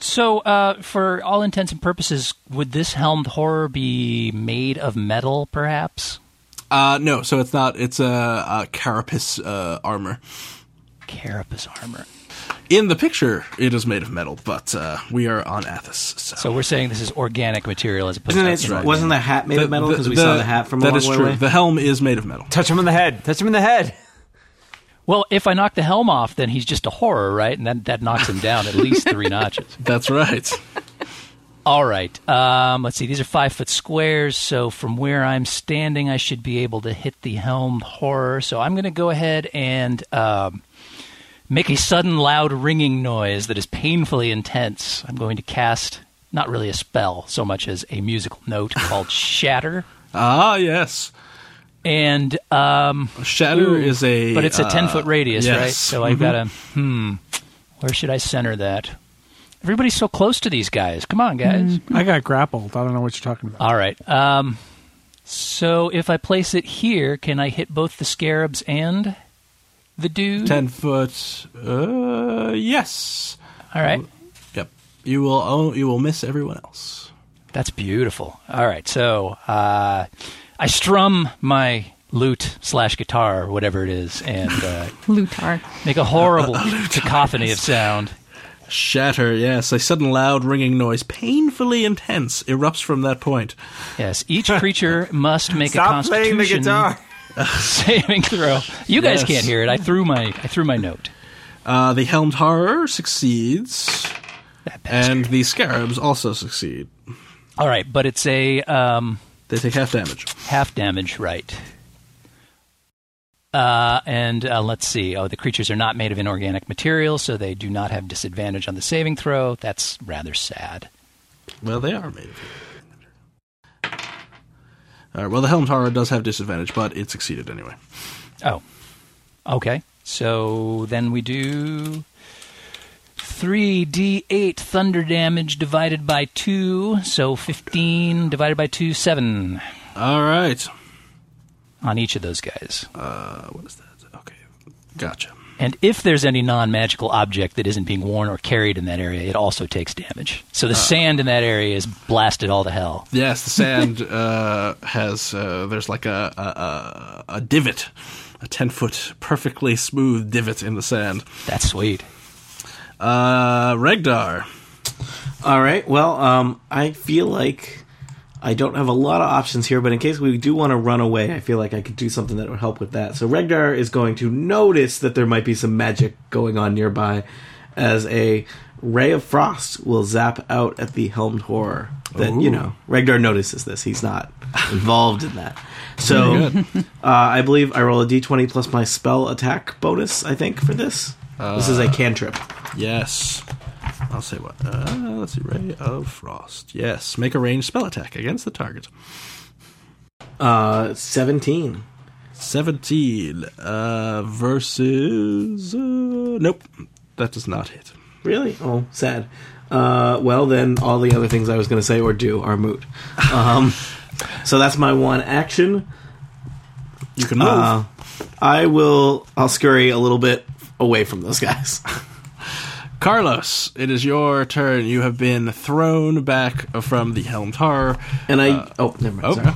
So, uh, for all intents and purposes, would this helmed horror be made of metal, perhaps?
Uh, no, so it's not. It's a, uh carapace uh, armor.
Carapace armor.
In the picture, it is made of metal, but uh, we are on Athos. So,
So we're saying this is organic material as opposed
Isn't
to
it,
inorganic.
Wasn't the hat made of metal? Because we saw the hat from a
that
long
is
way
true.
away.
The helm is made of metal.
Touch him in the head. Touch him in the head.
Well, if I knock the helm off, then he's just a horror, right? And that, that knocks him down at least three notches.
That's right.
All right. Um, let's see. These are five foot squares. So from where I'm standing, I should be able to hit the helmed horror. So I'm going to go ahead and um, make a sudden loud ringing noise that is painfully intense. I'm going to cast not really a spell so much as a musical note called Shatter.
ah, yes.
And um,
Shatter
Ooh,
is a.
but it's a ten foot
uh,
radius,
yes. Mm-hmm.
right? So I've got to hmm. Where should I center that? Everybody's so close to these guys. Come on, guys.
I got grappled. I don't know what you're talking about.
All right. Um, so if I place it here, can I hit both the scarabs and the dude?
Ten foot. Uh, yes.
All right.
Yep. You will. Oh, you will miss everyone else.
That's beautiful. All right. So uh, I strum my lute slash guitar, whatever it is, and uh,
Lutar.
make a horrible cacophony of sound.
Shatter, yes. A sudden loud ringing noise, painfully intense, erupts from that point.
Yes, each creature must make a
Stop
constitution
playing the guitar.
saving throw. You guys
Yes.
can't hear it. I threw my I threw my note.
Uh, the helmed horror succeeds, and the scarabs also succeed.
All right, but it's a um,
They take half damage.
half damage, right? Uh, and uh, let's see. Oh, the creatures are not made of inorganic material, so they do not have disadvantage on the saving throw. That's rather sad.
Well, they are made of. All right. Well, the helmed horror does have disadvantage, but it succeeded anyway.
Oh, okay. So then we do three d8 thunder damage divided by two, so fifteen divided by two, seven
All right.
on each of those guys.
Uh, what is that? Okay, gotcha.
And if there's any non magical object that isn't being worn or carried in that area, it also takes damage. So the sand in that area is blasted all to hell.
Yes, the sand uh, has uh, there's like a a, a, a divot, a ten foot perfectly smooth divot in the sand.
That's sweet.
Uh, Regdar.
All right. Well, um, I feel like I don't have a lot of options here, but in case we do want to run away, I feel like I could do something that would help with that. So Regdar is going to notice that there might be some magic going on nearby, as a ray of frost will zap out at the helmed horror. That you know, Regdar notices this. He's not involved in that. So uh, I believe I roll a d20 plus my spell attack bonus. I think for this, this is a cantrip.
Yes. I'll say what. Uh, let's see. Ray of Frost. Yes. Make a ranged spell attack against the target.
Uh, Seventeen.
17 uh, versus. Uh, nope. That does not hit.
Really? Oh, sad. Uh, well, then all the other things I was going to say or do are moot. Um, so that's my one action.
You can move.
Uh, I will. I'll scurry a little bit away from those guys.
Carlos, it is your turn. You have been thrown back from the Helmed Horror.
And I.
Uh,
oh, never mind.
oh.
Sorry.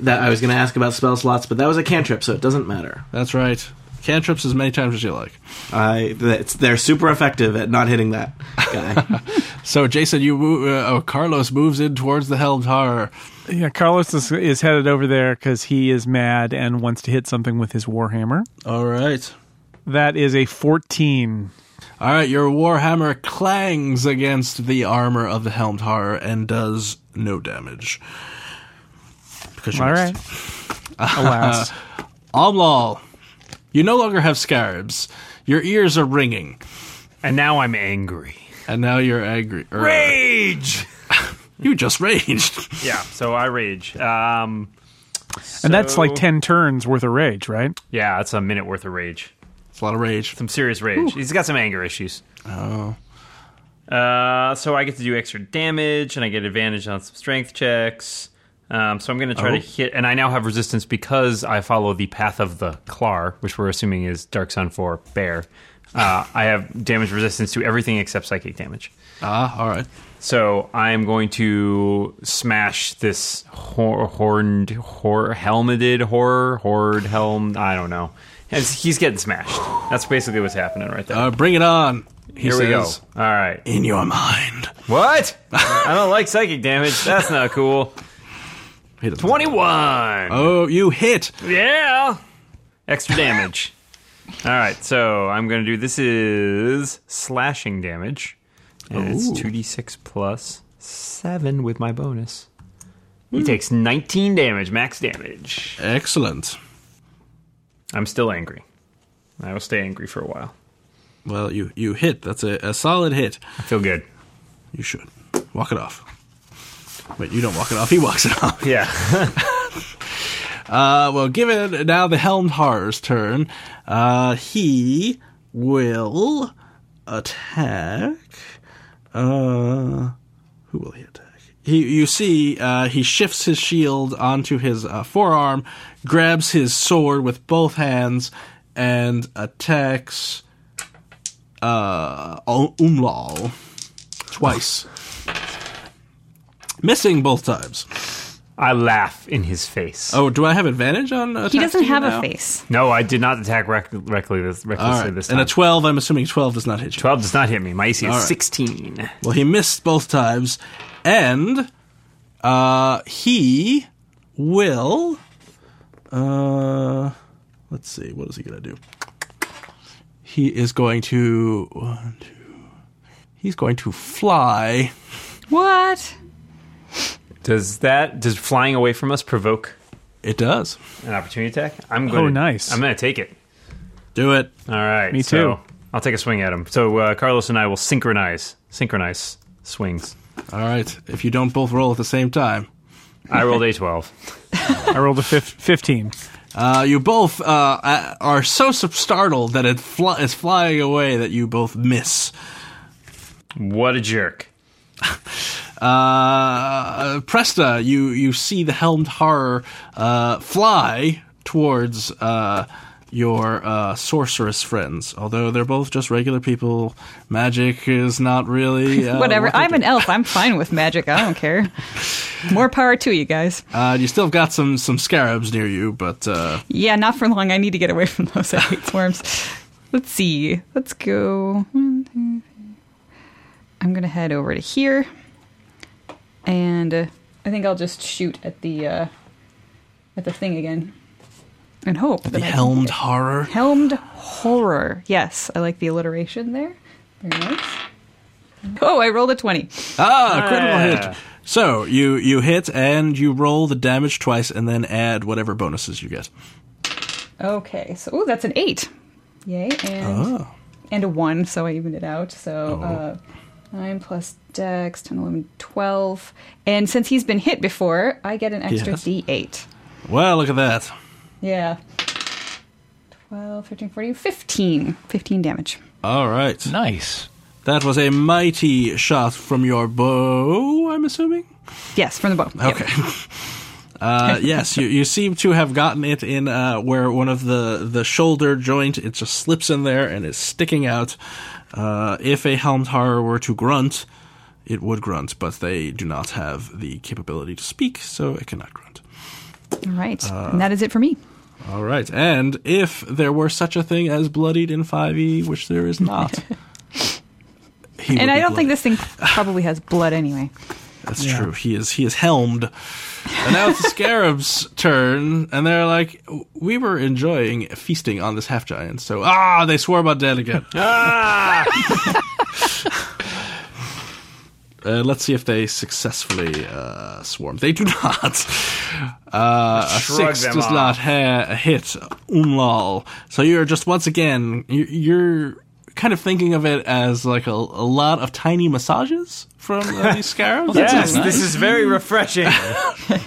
That I was going to ask about spell slots, but that was a cantrip, so it doesn't matter.
That's right. Cantrips as many times as you like.
I. That's, they're super effective at not hitting that guy.
So Jason, you mo- uh, oh, Carlos moves in towards the helmed horror.
Yeah, Carlos is, is headed over there because he is mad and wants to hit something with his warhammer.
All right.
That is a fourteen.
All right, your warhammer clangs against the armor of the helmed horror and does no damage. Because you
All
missed.
right. Alas,
Omlal, you no longer have scarabs. Your ears are ringing,
And now I'm angry.
and now you're angry. Er,
Rage!
You just raged.
Yeah, so I rage. Um,
and that's like
so-
ten turns worth of rage, right?
Yeah, that's a minute worth of rage.
It's a lot of rage.
Some serious rage. He's got some anger issues. Oh. Uh, so I get to do extra damage, and I get advantage on some strength checks. Um, so I'm going to try to hit, and I now have resistance because I follow the path of the Klar, which we're assuming is Dark Sun for Bear. Uh, I have damage resistance to everything except psychic damage.
Ah, all right.
So I'm going to smash this hor- horned, hor- helmeted horror, horde helm. I don't know. And he's getting smashed. That's basically what's happening right there.
Uh, bring it on. He
Here we go. All
says,
right.
In your mind.
What? I don't like psychic damage. That's not cool.
He doesn't-
21.
Oh, you hit.
Yeah. Extra damage. All right. So I'm going to do this is slashing damage. And it's
Ooh.
2d6 plus 7 with my bonus. He takes 19 damage, max damage.
Excellent.
I'm still angry. I will stay angry for a while.
Well, you you hit. That's a, a solid hit.
I feel good.
You should walk it off. Wait, you don't walk it off. He walks it off.
Yeah.
Uh, well, given now the Helmed Horror's turn, uh, he will attack. Uh, who will he attack? He, you see, uh, he shifts his shield onto his uh, forearm, grabs his sword with both hands, and attacks uh, O- Umlal twice, missing both times.
I laugh in his face.
Oh, do I have advantage on? attacks
He doesn't
to you
have
now?
a face.
No, I did not attack rec- recklessly this,
All
recklessly
right.
this time.
And a 12, I'm assuming 12 does not hit you.
12 does not hit me. My AC is
All right.
16.
Well, he missed both times. And uh, he will. Uh, let's see. What is he going to do? He is going to. One, two. He's going to fly.
What?
Does that does flying away from us provoke
It does.
an opportunity attack? I'm going.
Oh, nice.
I'm going to take it.
Do it.
All right.
Me
so
too.
I'll take a swing at him. So uh, Carlos and I will synchronize, synchronize swings.
All right. If you don't both roll at the same time.
I rolled a 12.
I rolled a fif- fifteen.
Uh, you both uh, are so startled that it fl- is flying away that you both miss.
What a jerk!
Uh, Presta, you you see the helmed horror uh, fly towards uh, your uh, sorceress friends. Although they're both just regular people, magic is not really uh,
Whatever.
what they
I'm
do.
an elf. I'm fine with magic. I don't care. More power to you guys.
Uh, you still have got some some scarabs near you, but uh,
Yeah, not for long. I need to get away from those. I hate swarms. Let's see. Let's go. One, two, three. I'm gonna head over to here, and uh, I think I'll just shoot at the uh, at the thing again, and hope that
the
I can
helmed
hit.
horror.
helmed horror. Yes, I like the alliteration there. Very nice. Oh, I rolled a twenty.
Ah, critical hit. So you you hit and you roll the damage twice, and then add whatever bonuses you get.
Okay, so ooh, that's an eight. Yay, and
Oh.
and a one, so I evened it out. So uh, nine plus dex, 10, 11, 12. And since he's been hit before, I get an extra
Yes.
d8.
Well, look at that.
Yeah. 12, 13, 14, 15. 15 damage.
All right.
Nice.
That was a mighty shot from your bow, I'm assuming?
Yes, from the bow. Yep.
Okay. Uh, yes, you, you seem to have gotten it in uh, where one of the, the shoulder joint, it just slips in there and is sticking out. Uh, if a helmed horror were to grunt, it would grunt, but they do not have the capability to speak, so it cannot grunt.
All right.
Uh,
and that is it for me.
All right, and E, if there were such a thing as bloodied in 5e, which there is not, He would
and I
be
don't
bloody.
think this thing probably has blood anyway.
That's true. He is he is helmed. And now it's the scarab's turn, and they're like, "We were enjoying feasting on this half giant, so ah, they swore about dead again."
Ah!
Uh, let's see if they successfully uh, swarm. They do not. Uh, a
Shrug
six
them
does
off.
not ha- hit. Umlal. So you're just once again you- you're kind of thinking of it as like a, a lot of tiny massages from uh, these scarabs.
Yes, this is very refreshing.
Uh,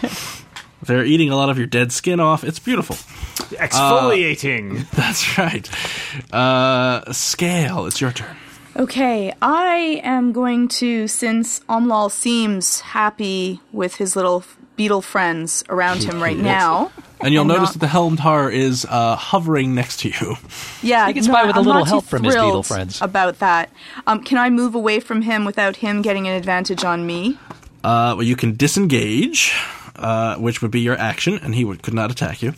They're eating a lot of your dead skin off. It's beautiful.
Exfoliating.
That's right. Uh, scale. It's your turn.
Okay, I am going to, since Omlal seems happy with his little beetle friends around him right now.
And you'll
I'm
notice
not-
that the helmed har is uh, hovering next to you.
Yeah,
He gets
no,
by with a
I'm
little
not too
help from his beetle
thrilled
friends.
About that, um, can I move away from him without him getting an advantage on me?
Uh, well, you can disengage, uh, which would be your action, and he would, could not attack you.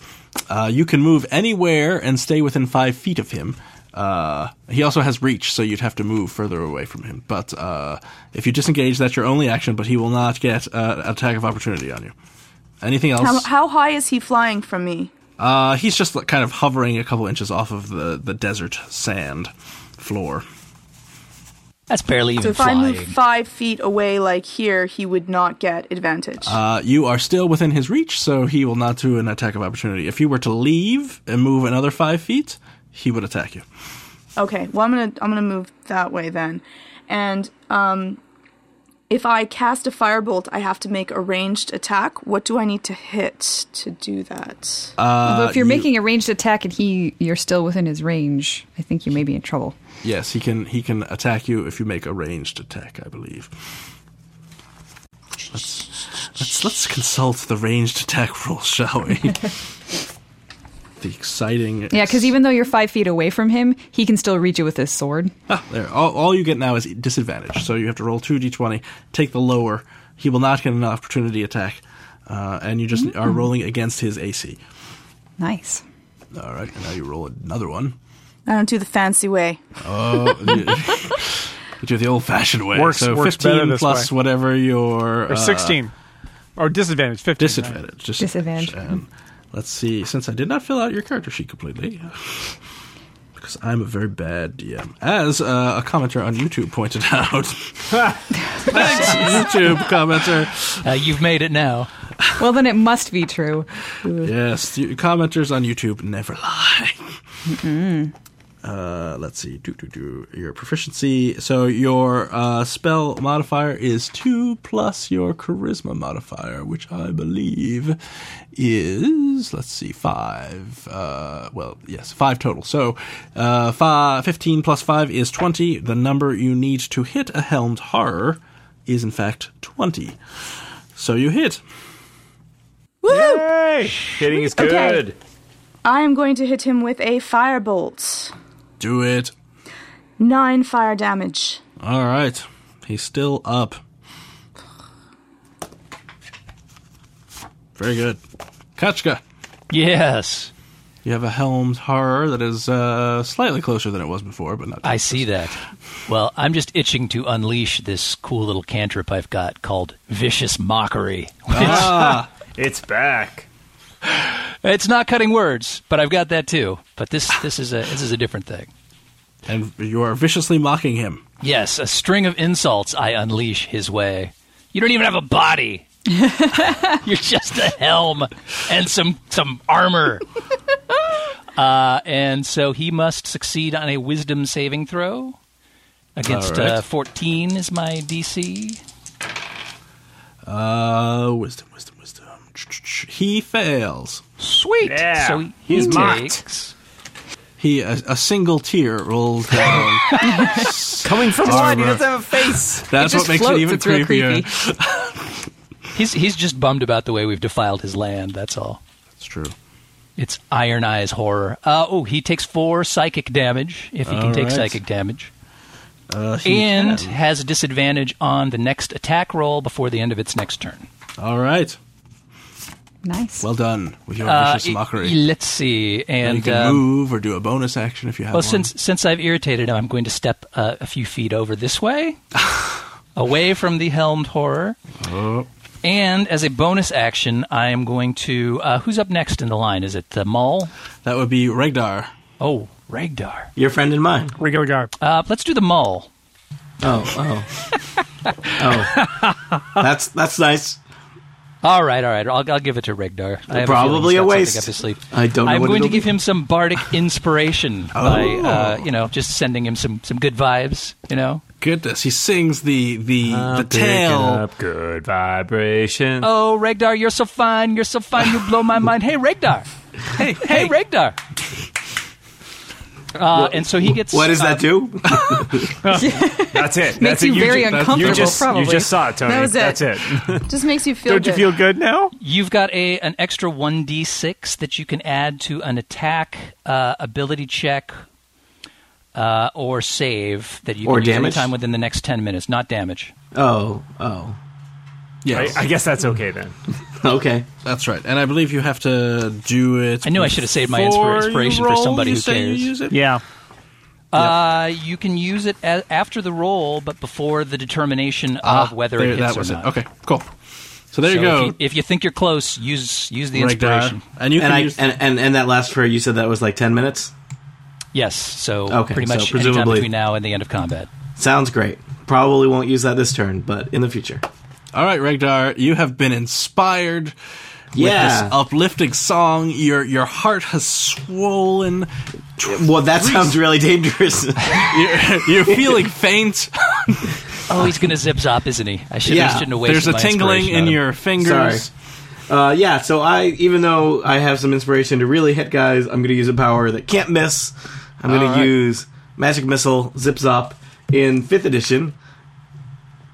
Uh, you can move anywhere and stay within five feet of him. Uh, he also has reach, so you'd have to move further away from him. But uh, if you disengage, that's your only action. But he will not get uh, an attack of opportunity on you. Anything else?
How, how high is he flying from me?
Uh, he's just like, kind of hovering a couple inches off of the, the desert sand floor.
That's barely
So
even
if I
flying.
move five feet away, like here, he would not get advantage.
Uh, you are still within his reach, so he will not do an attack of opportunity. If you were to leave and move another five feet, he would attack you.
Okay, well I'm gonna I'm gonna move that way then, and um, if I cast a firebolt, I have to make a ranged attack. What do I need to hit to do that?
Although if
Uh, you-
you're making a ranged attack and he you're still within his range, I think you may be in trouble.
Yes, he can. He can attack you if you make a ranged attack. I believe. Let's let's, let's consult the ranged attack rules, shall we? the exciting.
Yeah, because even though you're five feet away from him, he can still reach you with his sword.
Ah, there. All, all you get now is disadvantage. So you have to roll two d20, take the lower. He will not get an opportunity attack, uh, and you just
Mm-hmm.
are rolling against his AC.
Nice.
All right, and now you roll another one.
I don't do the fancy way.
Oh, you, you do it the old-fashioned way.
Works-
so
works better
15
this
plus
way.
whatever your
Or
uh,
16. Or disadvantage, 15. right?
disadvantage. Dis-
Disadvantage.
And let's see. Since I did not fill out your character sheet completely, because I'm a very bad DM, as uh, a commenter on YouTube pointed out. Thanks, YouTube commenter.
Uh, you've made it now.
Well, then it must be true.
Yes, you, commenters on YouTube never lie. Uh, let's see. Do, do, do. Your proficiency. So your uh, spell modifier is 2 plus your charisma modifier, which I believe is, let's see, 5. Uh, well, yes, 5 total. So uh, five, 15 plus 5 is 20. The number you need to hit a helmed horror is, in fact, 20. So you hit.
Yay! Hitting is good.
Okay. I am going to hit him with a firebolt.
Do it.
Nine fire damage.
All right. He's still up. Very good. Kachka,
Yes,
you have a helmed horror that is uh, slightly closer than it was before, but not.
I see that. Well, I'm just itching to unleash this cool little cantrip I've got called Vicious Mockery.
It's back.
It's not cutting words, but I've got that too. But this this is a this is a different thing.
And you are viciously mocking him.
Yes, a string of insults I unleash his way. You don't even have a body. You're just a helm and some some armor. Uh, and so he must succeed on a wisdom saving throw against
All right.
uh, 14 is my DC.
Uh, wisdom, wisdom, wisdom. Ch-ch-ch. He fails.
Sweet.
Yeah,
So he,
he's
he
mocked.
takes
He a, a single tear rolls down.
Coming from
Armor.
He doesn't have a face.
That's
It
what
just
makes
floats.
it even
It's real
creepier.
creepy.
he's he's just bummed about the way we've defiled his land, that's all.
That's true.
It's Iron Eyes horror. Uh, oh, he takes 4 psychic damage if he
All
can take
right.
psychic damage.
Uh, he
and
can.
has a disadvantage on the next attack roll before the end of its next turn.
all right.
Nice.
Well done with your
Uh,
vicious mockery.
y- let's see,
and
and
you can
um,
move or do a bonus action if you have
well,
one.
since since I've irritated him, I'm going to step uh, a few feet over this way, away from the helmed horror.
Oh.
And as a bonus action, I am going to. Uh, who's up next in the line? Is it uh, Maul?
that would be Regdar.
Oh, Ragdar.
Your friend and mine.
Regular guard.
Uh, let's do the Maul.
Oh, oh. oh. That's that's nice.
All right, all right. I'll, I'll give it to Regdar. I have
Probably
a,
a
feeling he's
waste.
got something Up his sleeve.
I don't know
I'm
what
going to
it'll
give
be. Oh.
him some bardic inspiration by, uh, you know, just sending him some, some good vibes. You know.
Goodness, he sings the the
Ah,
the tale.
up good vibrations.
Oh, Regdar, you're so fine. You're so fine. You blow my mind. Hey, Regdar. Hey, hey, Regdar. Uh, and so he gets.
What does that do?
That's it.
Makes
That's it.
you very
ju-
uncomfortable,
You just,
probably.
you just saw it, Tony.
That was it.
That's it.
Just makes you feel
Don't
good.
you feel good now?
You've got a an extra one d six that you can add to an attack, uh, ability check, uh, or save that you
Or
can use
damage?
anytime within the next ten minutes. Not damage.
Oh, oh.
Yes,
I, I guess that's okay then.
Okay.
that's right. And I believe you have to do it.
I knew I should have saved my inspir-
before you
inspiration for
roll,
somebody
you
who
say
cares.
You use it?
Yeah.
Uh, you can use it a after the roll, but before the determination of whether
Ah, there,
it hits
that
or
was
not.
it. Okay, cool. So there
So
you go.
If you, if you think you're close, use use the
Regdar.
inspiration.
and you can
And I
use
and, and and that lasts for you said that was like 10 minutes.
Yes. So
Okay,
pretty
so
much anytime
presumably-
between now and the end of combat.
Sounds great. Probably won't use that this turn, but in the future.
All right, Regdar, you have been inspired with
Yeah.
this uplifting song. Your your heart has swollen.
well, that sounds really dangerous.
You're, you're feeling faint.
Oh, he's gonna zip zop, isn't he? I should. I
Yeah,
shouldn't have wasted
There's a
my
tingling
inspiration on
in
him.
your fingers.
Uh, yeah, so I, even though I have some inspiration to really hit guys, I'm going to use a power that can't miss. I'm going to use Magic Missile Zip Zop in 5th edition.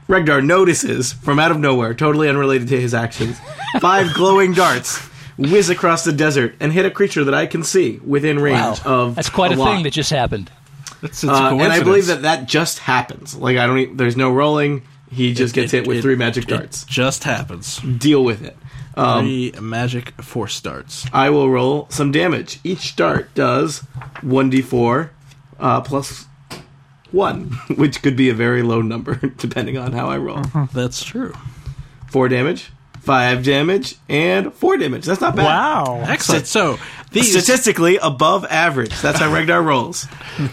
Regdar notices, from out of nowhere, totally unrelated to his actions, five glowing darts whiz across the desert and hit a creature that I can see within range of.
That's quite a,
lot.
thing that just happened.
It's, it's
Uh,
a
and I
coincidence.
believe that that just happens. Like, I don't, e- there's no rolling. He just gets
It-
hit with
it-
three magic
it
darts.
just happens.
Deal with it. Um,
Three magic force darts.
I will roll some damage. Each dart does 1d4 uh, plus 1, which could be a very low number depending on how I roll.
Oh, That's true.
4 damage, 5 damage, and 4 damage. That's not bad.
Wow.
Excellent. So these
Statistically above average. That's how Regdar rolls.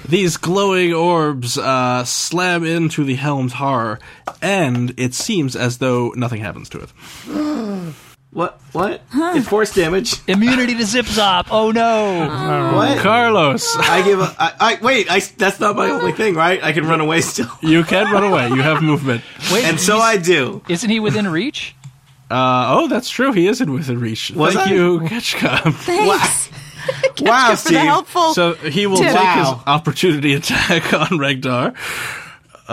These glowing orbs uh, slam into the helmed horror, and it seems as though nothing happens to it.
What? What? It's force damage.
Immunity to zip zop. Oh no!
What?
Carlos,
I give a. I, I wait. I, that's not my only thing, right? I can run away still,
you can run away. You have movement.
Wait,
and so I do.
isn't he within reach?
Uh, oh, that's true. He is in within reach.
Was
Thank
I?
you, Ketchka.
Thanks.
Wow,
Good for the
Steve.
helpful.
So he will
Dude.
take
Wow.
his opportunity attack on Regdar.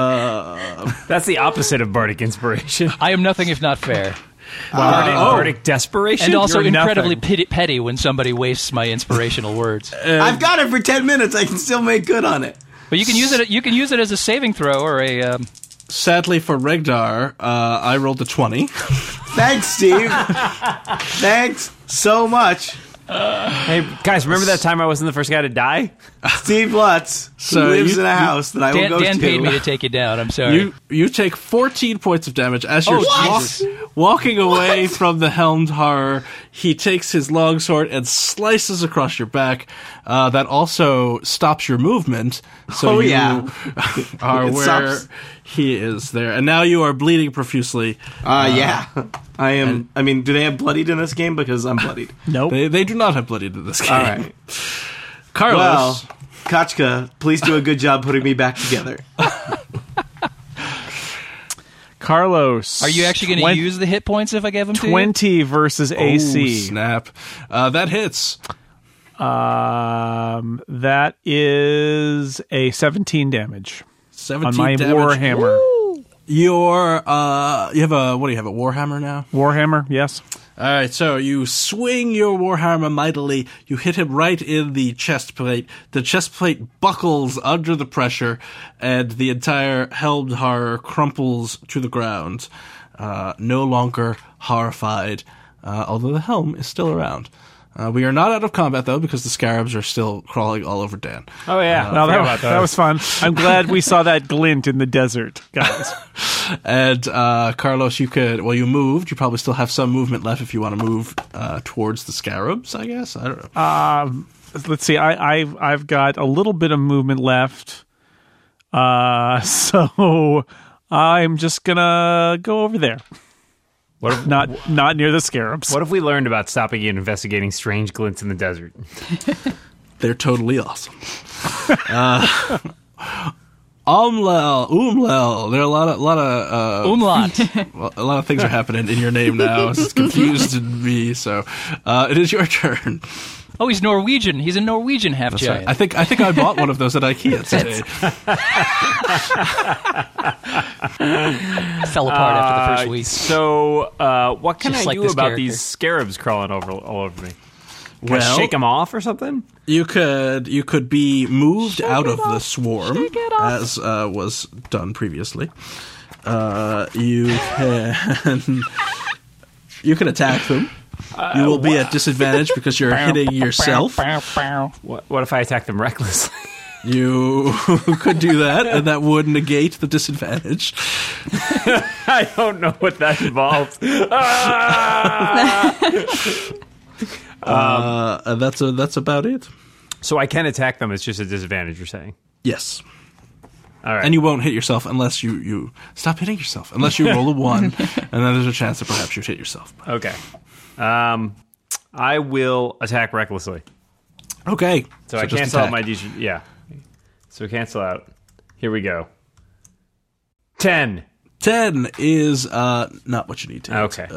That's the opposite of bardic inspiration. Oh.
I am nothing if not fair,
bardic, bardic desperation.
and also
You're
incredibly
nothing.
pit- petty when somebody wastes my inspirational words.
I've got it for ten minutes. I can still make good on it.
But you can use it. You can use it as a saving throw or a. Um,
Sadly for Regdar, uh, I rolled a 20.
Thanks, Steve. Thanks so much,
Hey guys, remember that time I wasn't the first guy to die?
Steve Lutz.
So
who lives
you-
in a house that I will
Dan,
go
Dan
to.
paid me to take you down. I'm sorry.
You you take 14 points of damage as you're
Oh,
walk-
Jesus.
walking away from the helmed horror. He takes his longsword and slices across your back. Uh, that also stops your movement. So
Oh,
you
yeah.
are
It
where
stops.
he is there, and now you are bleeding profusely.
Uh, yeah, I am. I mean, do they have bloodied in this game? Because I'm bloodied.
Nope.
They they do not have bloodied in this game.
Oh. All right.
Carlos.
Well, Kachka, please do a good job putting me back together.
Carlos.
Are you actually going
twen-
to use the hit points if I give them to you?
20 versus
Oh,
AC?
snap! Uh, that hits.
Um, that is a 17 damage
17
on my
damage.
Warhammer.
Your uh, you have a what do you have a warhammer now?
Warhammer, yes.
All right, so you swing your warhammer mightily. You hit him right in the chest plate. The chest plate buckles under the pressure, and the entire helmed horror crumples to the ground, uh, no longer horrified. uh, although the helm is still around. Uh, we are not out of combat though, because the scarabs are still crawling all over Dan.
Oh yeah,
No, that, that was fun. I'm glad we saw that glint in the desert, guys.
And uh, Carlos, you could well, you moved. You probably still have some movement left if you want to move uh, towards the scarabs. I guess I don't know.
Let's see. I, I've I've got a little bit of movement left, uh, so I'm just gonna go over there.
What if,
Not not near the scarabs.
what if we learned about stopping and investigating strange glints in the desert?
They're totally awesome. uh, Umlel, Umlel. There are a lot of lot of uh,
Umlaut.
well, a lot of things are happening in your name now. It's confused me. So uh, it is your turn.
oh, he's Norwegian. He's a Norwegian half
So
giant.
I think I think I bought one of those at IKEA today.
I fell apart after the first week.
Uh, So, uh, what can
Just
I
like
do
this
about
character.
these scarabs crawling over all over me? Can I
Well-
shake them off or something?
You could you could be moved out of the swarm as uh, was done previously. Uh, you can you can attack them. You will be at disadvantage because you're hitting yourself.
What, what if I attack them recklessly?
You could do that, and that would negate the disadvantage.
I don't know what that involves. Ah!
Uh, and that's a, that's about it.
so I can attack them. It's just a disadvantage. You're saying.
Yes,
All right.
and you won't hit yourself unless you you stop hitting yourself. Unless you roll a one, and then there's a chance that perhaps you'd hit yourself.
okay. Um, I will attack recklessly.
Okay,
So, I
just
cancel out
attack.
my D. Yeah. So cancel out. Here we go. Ten.
10 is uh not what you need to
Okay.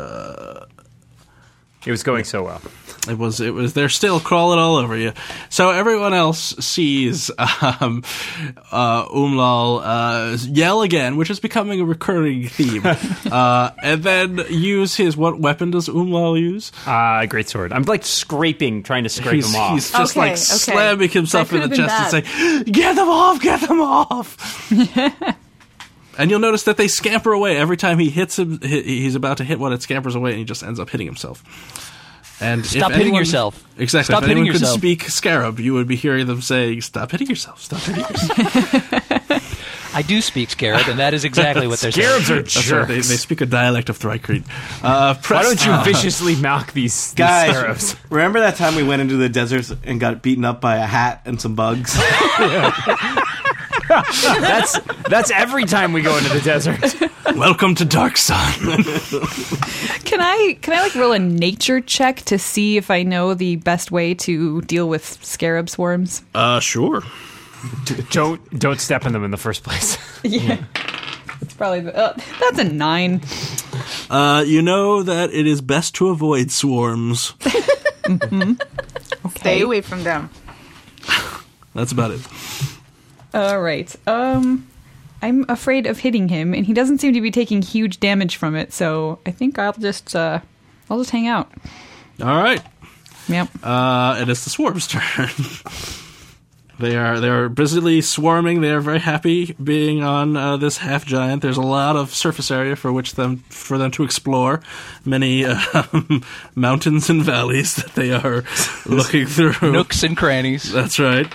it was going so well.
it was it was they're still crawling all over you so everyone else sees um uh umlal uh yell again which is becoming a recurring theme uh and then use his what weapon does umlal use
Ah, great sword. I'm like scraping, trying to scrape
he's,
them off.
he's just
Okay,
like
okay.
slamming himself
That
in the
could've been
chest and saying get them off get them off And you'll notice that they scamper away every time he hits him. he- He's about to hit one, it scampers away, and he just ends up hitting himself. And
Stop
if
hitting
anyone-
yourself.
Exactly.
Stop
if
hitting
anyone
yourself.
could speak Scarab, you would be hearing them saying, "Stop hitting yourself! Stop hitting yourself!"
I do speak Scarab, and that is exactly what they're saying.
Scarabs are
That's right,
jerks.
They, they speak a dialect of Thrycrete. Uh,
Why
press-
don't you viciously mock these, these
Guys,
scarabs?
remember that time we went into the deserts and got beaten up by a hat and some bugs?
That's that's every time we go into the desert.
Welcome to Dark Sun.
Can I can I like roll a nature check to see if I know the best way to deal with scarab swarms?
uh, sure.
don't don't step in them in the first place.
It's probably the, uh, that's a nine.
Uh, you know that it is best to avoid swarms.
Stay away from them.
That's about it.
All right. Um, I'm afraid of hitting him, and he doesn't seem to be taking huge damage from it. So I think I'll just uh, I'll just hang out.
All right.
Yep.
Uh, and it's the swarm's turn. they are they are busily swarming. They are very happy being on uh, this half giant. There's a lot of surface area for which them for them to explore. Many um, mountains and valleys that they are looking through.
Nooks and crannies.
That's right.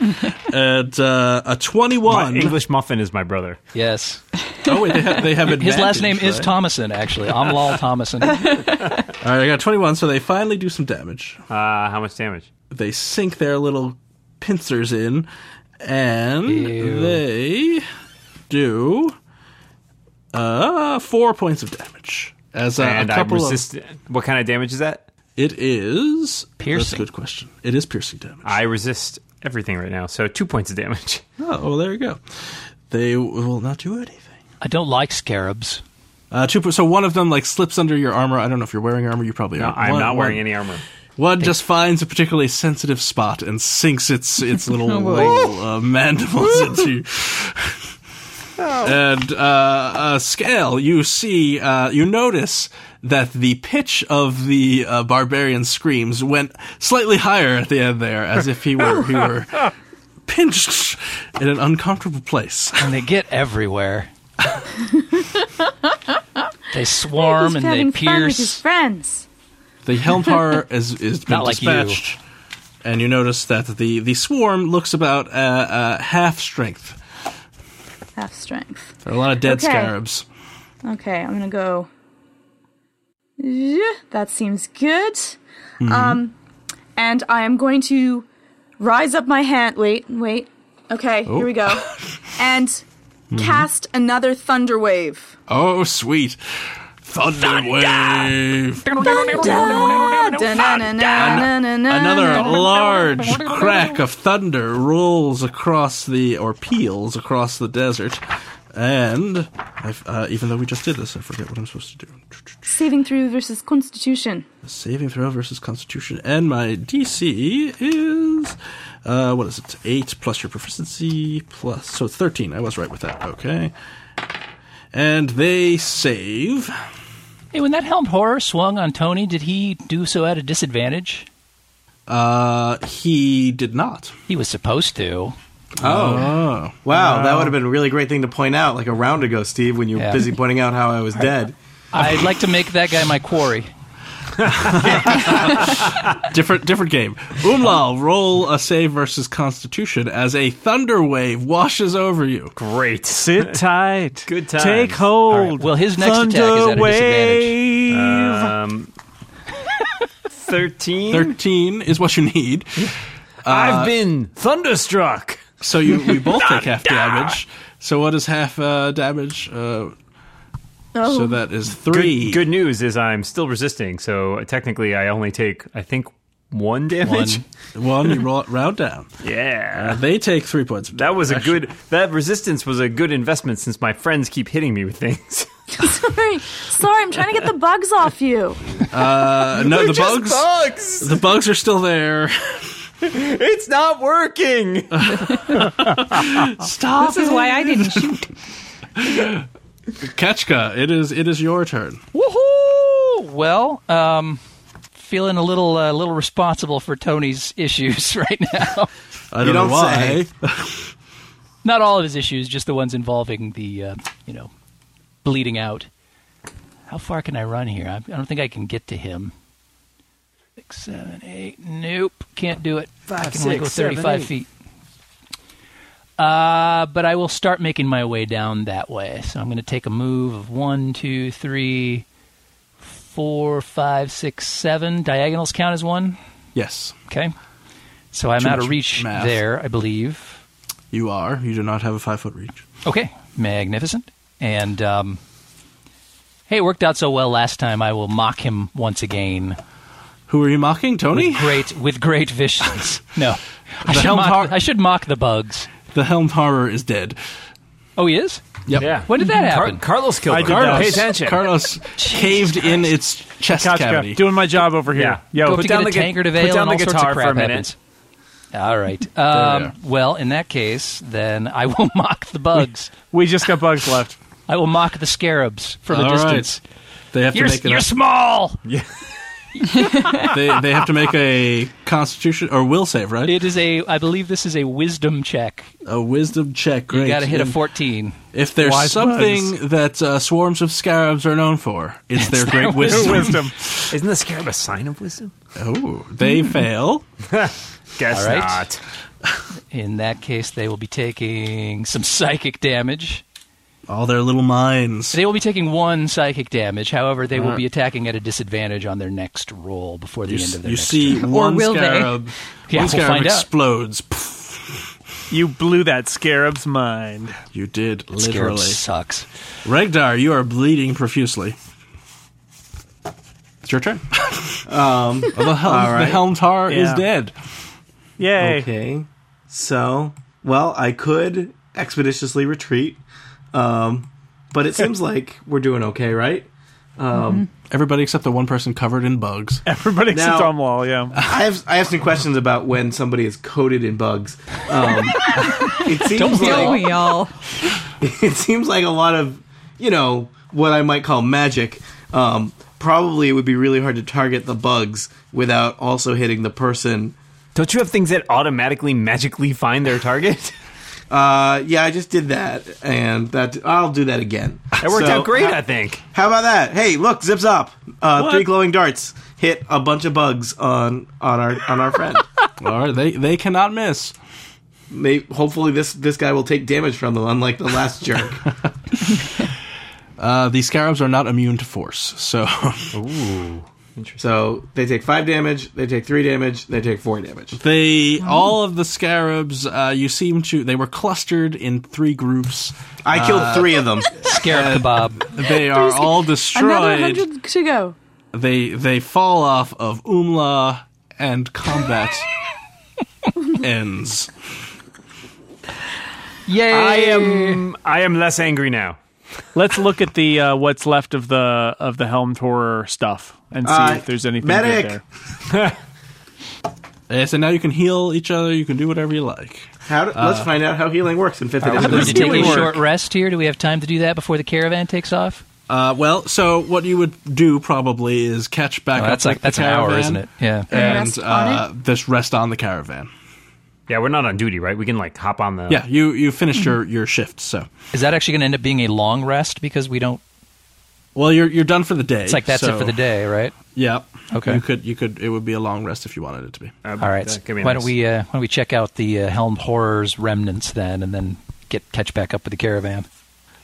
and uh, a twenty-one.
English muffin is my brother.
Yes.
Oh wait, they have, they have
His last
advantage,
name is
right?
Thomason, actually. Amlal Thomason. All
All right, I got twenty-one. So they finally do some damage.
Uh, how much damage?
they sink their little pincers in and
Ew.
they do uh four points of damage as Uh, a, a
and I
couple
resist. What kind of damage is that?
of it is that's a
Piercing.
good question it is piercing damage
I resist everything right now, so two points of damage.
oh well there you go they will not do anything
I don't like scarabs.
uh, two, po- so one of them like slips under your armor. I don't know if you're wearing armor. You probably
No,
aren't.
I'm
One-
not wearing
one-
any armor.
One just finds a particularly sensitive spot and sinks its its little,
Oh,
boy.
little, uh, mandibles into. you.
Oh.
And uh, uh, scale, you see, uh, you notice that the pitch of the uh, barbarian screams went slightly higher at the end there, as if he were he were pinched in an uncomfortable place.
And they get everywhere. they swarm
He's
and
having
they
fun with his
pierce.
friends.
The Helmhar is is been
Not like you.
dispatched, and you notice that the the swarm looks about uh, uh, half strength.
Half strength.
There are a lot of dead
Okay.
scarabs.
Okay, I'm gonna go. Yeah, That seems good.
Mm-hmm.
Um, and I am going to rise up my hand. Wait, wait. Okay, here we go.
Oh.
And
Mm-hmm.
cast another thunder wave.
Oh, sweet. Thunder, wave! Another
Another
large crack of thunder rolls across the, or peals across the desert. And, I've, uh, even though we just did this, I forget what I'm supposed to do.
saving through versus Constitution.
Saving throw versus Constitution. And my DC is, uh, what is it? 8 plus your proficiency plus, so it's 13. I was right with that. Okay. And they save.
Hey, when that helm horror swung on Tony, did he do so at a disadvantage?
Uh, he did not.
He was supposed to.
Oh.
Wow, that would have been a really great thing to point out like a round ago, Steve, when you were
Yeah.
busy pointing out how I was dead.
I'd like to make that guy my quarry.
Different different game. Umlal, roll a save versus Constitution as a thunder wave washes over you.
Great.
Sit tight.
Good times.
Take
All
hold.
right, well, his next
Thunder
attack is at a
wave.
Um, 13?
13 is what you need.
I've been thunderstruck.
So you we both take half damage. So what is half uh, damage? Uh,
Oh,
So that is
Good,
3.
good news is I'm still resisting, so technically I only take, I think, one damage.
One, you roll it round down.
Yeah.
Uh, they take 3 points.
That was a
Actually,
good. That resistance was a good investment since my friends keep hitting me with things.
sorry, sorry. I'm trying to get the bugs off you.
uh, no the bugs the bugs are still there.
It's not working.
This is why I didn't shoot.
Ketchka, it is it is your turn.
Woohoo! Well, um, feeling a little uh, little responsible for Tony's issues right now.
I don't,
You
know
don't
why.
say.
Not all of his issues, just the ones involving the uh, you know bleeding out. How far can I run here? I, I don't think I can get to him. Six, seven, eight. Nope, can't do it. I can only go
six, seven,
thirty-five feet. Uh, but I will start making my way down that way. So I'm going to take a move of one, two, three, four, five, six, seven. Diagonals count as one.
Yes,
Okay. So I'm
Too
out
much
of reach
math.
there, I believe.
you are. You do not have a 5 foot reach.
Okay, magnificent. And um, hey, it worked out so well last time. I will mock him once again.
Who are you mocking, Tony?
With great, with great visions. No,
The
I should,
helm
mock,
har-
I should mock the bugs.
The Helm Horror is dead.
Oh, he is.
Yep.
Yeah.
When did that
Car-
happen?
Carlos killed
I
him.
did that.
Pay attention.
Carlos caved in its chest
Gotcha.
cavity.
Doing my job over here.
Yeah.
Go
Yo,
up
Put
to
down
get a
the gu-
tankard of
put
ale
down
and
the
all sorts
guitar
of
for a
crap
minute.
happens. All right.
we
Um,
are.
well, in that case, then I will mock the bugs.
we just got bugs left.
I will mock the scarabs from a
All right.
distance.
They have
You're,
to make
you're
an,
small.
they, they have to make a Constitution or will save, right?
It is a. I believe this is a wisdom check.
a Wisdom check. Great.
You got to hit a
And
14.
If there's
Wise
something that uh, swarms of scarabs are known for, it's their great wisdom.
Wisdom.
Isn't the scarab a sign of wisdom?
Oh, they fail.
Guess
All right.
not.
In that case, they will be taking some psychic damage.
All their little minds.
They will be taking one psychic damage. However, they will be attacking at a disadvantage on their next roll before the
Uh-huh. You,
end of their
you
next
see
turn.
one
will they?
scarab.
Yeah,
one
we'll
scarab
find out.
explodes. Pff,
You blew that scarab's mind.
You did
Scarab
literally.
sucks.
Regdar, you are bleeding profusely. It's your turn.
Um,
Oh, the, helm,
All right.
the Helmtar is
Yeah.
dead.
Yay.
Okay. So, well, I could expeditiously retreat, um, but it seems like we're doing okay, right?
Everybody except the one person covered in bugs.
Everybody except
Now-
Umlal, yeah.
I have I have some questions about when somebody is coated in bugs. Um, it seems
Don't
like
we all?
it seems like a lot of you know what I might call magic. Um, probably it would be really hard to target the bugs without also hitting the person.
Don't you have things that automatically, magically find their target?
Uh, yeah, I just did that, and that I'll do that again.
That worked out
uh,
great, I think.
How about that? Hey, look, zips up. Uh, three glowing darts hit a bunch of bugs on on our on our friend.
All right, they they cannot miss.
May hopefully this this guy will take damage from them, unlike the last jerk.
Uh, the scarabs are not immune to force, so
So they take five damage, they take three damage, they take four damage.
they all of the scarabs. Uh, you seem to they were clustered in three groups.
I killed three of them.
Scarab
Uh,
kebab.
They are all
Another
destroyed.
hundred to go.
They they fall off of Umla and combat ends.
Yay!
I am I am less angry now.
Let's look at the uh, what's left of the of the Helm Torer stuff and see
Uh,
if there's anything good
medic!
there.
Uh, so now you can heal each other. You can do whatever you like.
How do, let's find out how healing works in fifth
Are we
edition.
going to take a
Work.
short rest here? Do we have time to do that before the caravan takes off?
Uh, well, so what you would do probably is catch back
Oh,
up.
that's like
with the
that's an hour,
caravan
isn't it? Yeah.
And
Rest on
uh, just rest on the caravan.
Yeah, we're not on duty, right? We can like hop on the
Oh.
Yeah, you you finished your your shift. So
Is that actually going to end up being a long rest because we don't?
well, you're you're done for the day.
It's like that's
so-
it for the day, right?
Yeah.
Okay.
You could you could it would be a long rest if you wanted it to be.
Uh,
All right.
uh,
so
give me a
why don't
minute.
we uh, why don't we check out the uh, Helm Horrors remnants then, and then get catch back up with the caravan.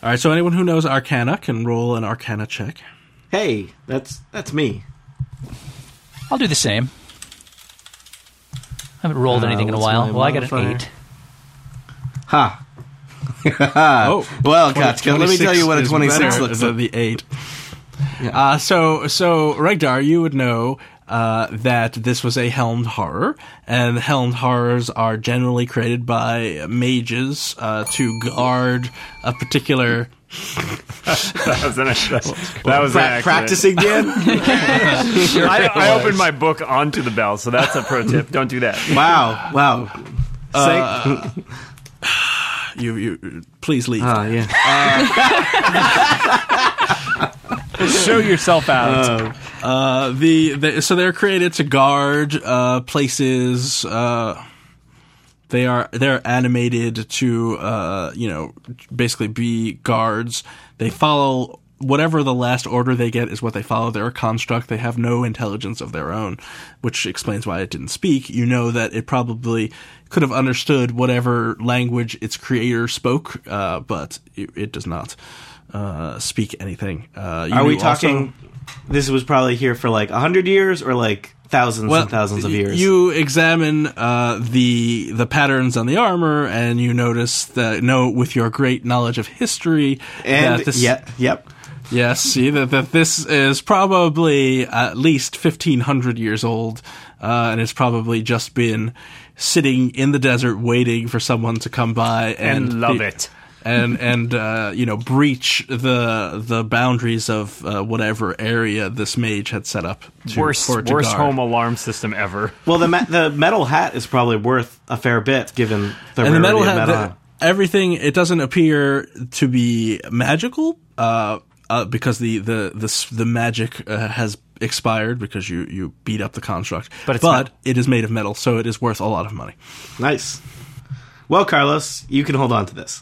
All right. So anyone who knows Arcana can roll an Arcana check.
Hey, that's that's me.
I'll do the same. I haven't rolled
Uh,
anything in a
what's
while.
my
Well, I got an
modifier?
eight.
Ha.
Uh,
oh.
Well, Kotzka, let me tell you what a 26 looks
is better
like.
than the eight. Uh, so so Regdar, you would know uh, that this was a helmed horror, and helmed horrors are generally created by mages uh, to guard a particular.
that was an accident. That was an
Pra-
accident.
practicing, Dan?
I, I opened my book onto the bell, so that's a pro tip. Don't do that.
wow, wow. Uh, Say-
You you please leave.
Ah, yeah.
Show yourself out.
Uh, the, the so they're created to guard uh, places. Uh, they are they're animated to uh, you know basically be guards. They follow whatever the last order they get is what they follow. They're a construct. They have no intelligence of their own, which explains why it didn't speak. You know that it probably could have understood whatever language its creator spoke, uh, but it, it does not uh, speak anything. Uh, you
Are we
knew also-
talking? this was probably here for like 100 years or like thousands and thousands of
y-
years?
You examine uh, the the patterns on the armor, and you notice that no, with your great knowledge of history,
and
that this,
yep, yep.
yes, see that, that this is probably at least fifteen hundred years old, uh, and it's probably just been sitting in the desert waiting for someone to come by and,
And love
the-
it.
and and uh, you know breach the the boundaries of uh, whatever area this mage had set up. To,
worst
for it to
worst
guard.
home alarm system ever.
Well, the ma- the metal hat is probably worth a fair bit given the rarity
and the metal
of
hat,
metal
the-
hat.
everything it doesn't appear to be magical uh, uh, because the the the, s- the magic uh, has expired because you you beat up the construct
But it's
but
not-
it is made of metal so it is worth a lot of money
Nice. Well, Carlos, you can hold on to this.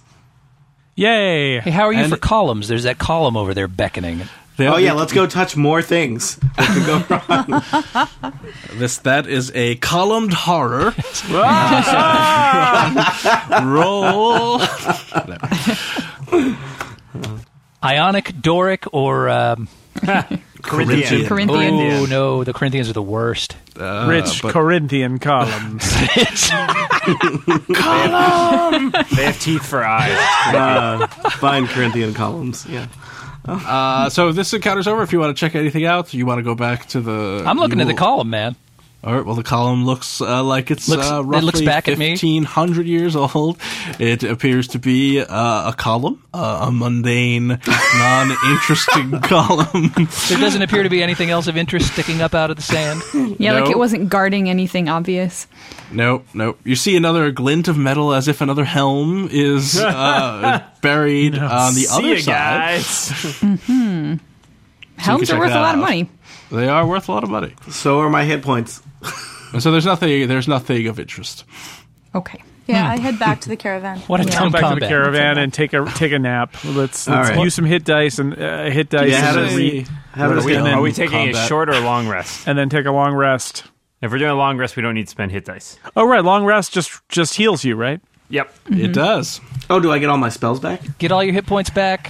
Yay!
Hey, how are you
And-
for columns? There's that column over there beckoning.
They-
Oh yeah, let's go touch more things.
this that is a columned horror roll
Ionic, Doric, or um,
Corinthian.
Corinthian.
oh no, the Corinthians are the worst.
Rich
Uh, but-
Corinthian columns.
They have teeth for eyes.
Uh, fine Corinthian columns. Yeah.
uh, so this encounter's over if you want to check anything out you want to go back to the
I'm looking
you
at the
will-
column, man.
All right. Well, the column looks uh, like it's
Looks-
uh,
it
roughly
looks back at me.
fifteen hundred years old. It appears to be uh, a column, uh, a mundane, non-interesting column.
There doesn't appear to be anything else of interest sticking up out of the sand.
Yeah,
No.
like it wasn't guarding anything obvious.
nope, nope. You see another glint of metal, as if another helm is uh, buried on the
See
other
ya,
side.
guys.
Helms
check
are worth a
that
lot of
out.
money.
They are worth a lot of money.
So are my hit points.
And so there's nothing. There's nothing of interest.
Okay.
Hmm.
Yeah, I head back to the caravan.
What a
yeah.
dumb
Back to the
combat.
caravan and take a take a nap. Let's,
All
let's
right.
use some hit dice and uh, hit dice
Yeah, how
and,
does-
then re-
How
We're
does
gonna-
it
Are we
And
taking a
combat.
short or a long rest?
and then take a long rest.
If we're doing a long rest, we don't need to spend hit dice.
Oh right, long rest just just heals you, right?
Yep.
It does.
Oh, do I get all my spells back?
Get all your hit points back.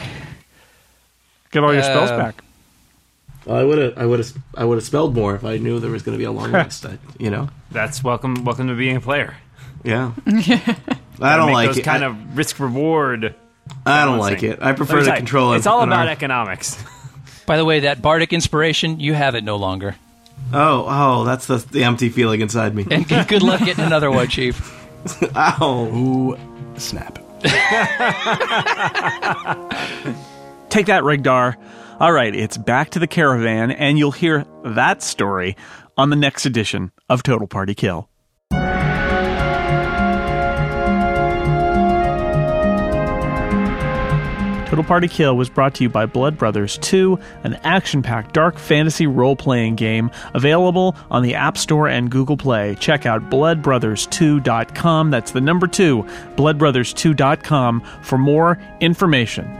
Get all your spells
Uh,
back.
Well, I would have, I would have, I would have spelled more if I knew there was going to be a long rest. I, you know,
That's welcome. Welcome to being a player.
yeah. I don't
Make
like
those
it.
kind
I,
of risk reward.
I don't like
balancing.
it. I prefer to control.
It's
an-
all
an
about
arm.
economics.
By the way, that bardic inspiration, you have it no longer.
Oh, oh, that's the, the empty feeling inside me.
And good luck getting another one, Chief.
Ow.
Ooh, snap.
Take that, Regdar. All right, it's back to the caravan, and you'll hear that story on the next edition of Total Party Kill. Total Party Kill was brought to you by Blood Brothers 2, an action packed dark fantasy role playing game available on the App Store and Google Play. Check out bloodbrothers2.com. That's the number 2, bloodbrothers2.com for more information.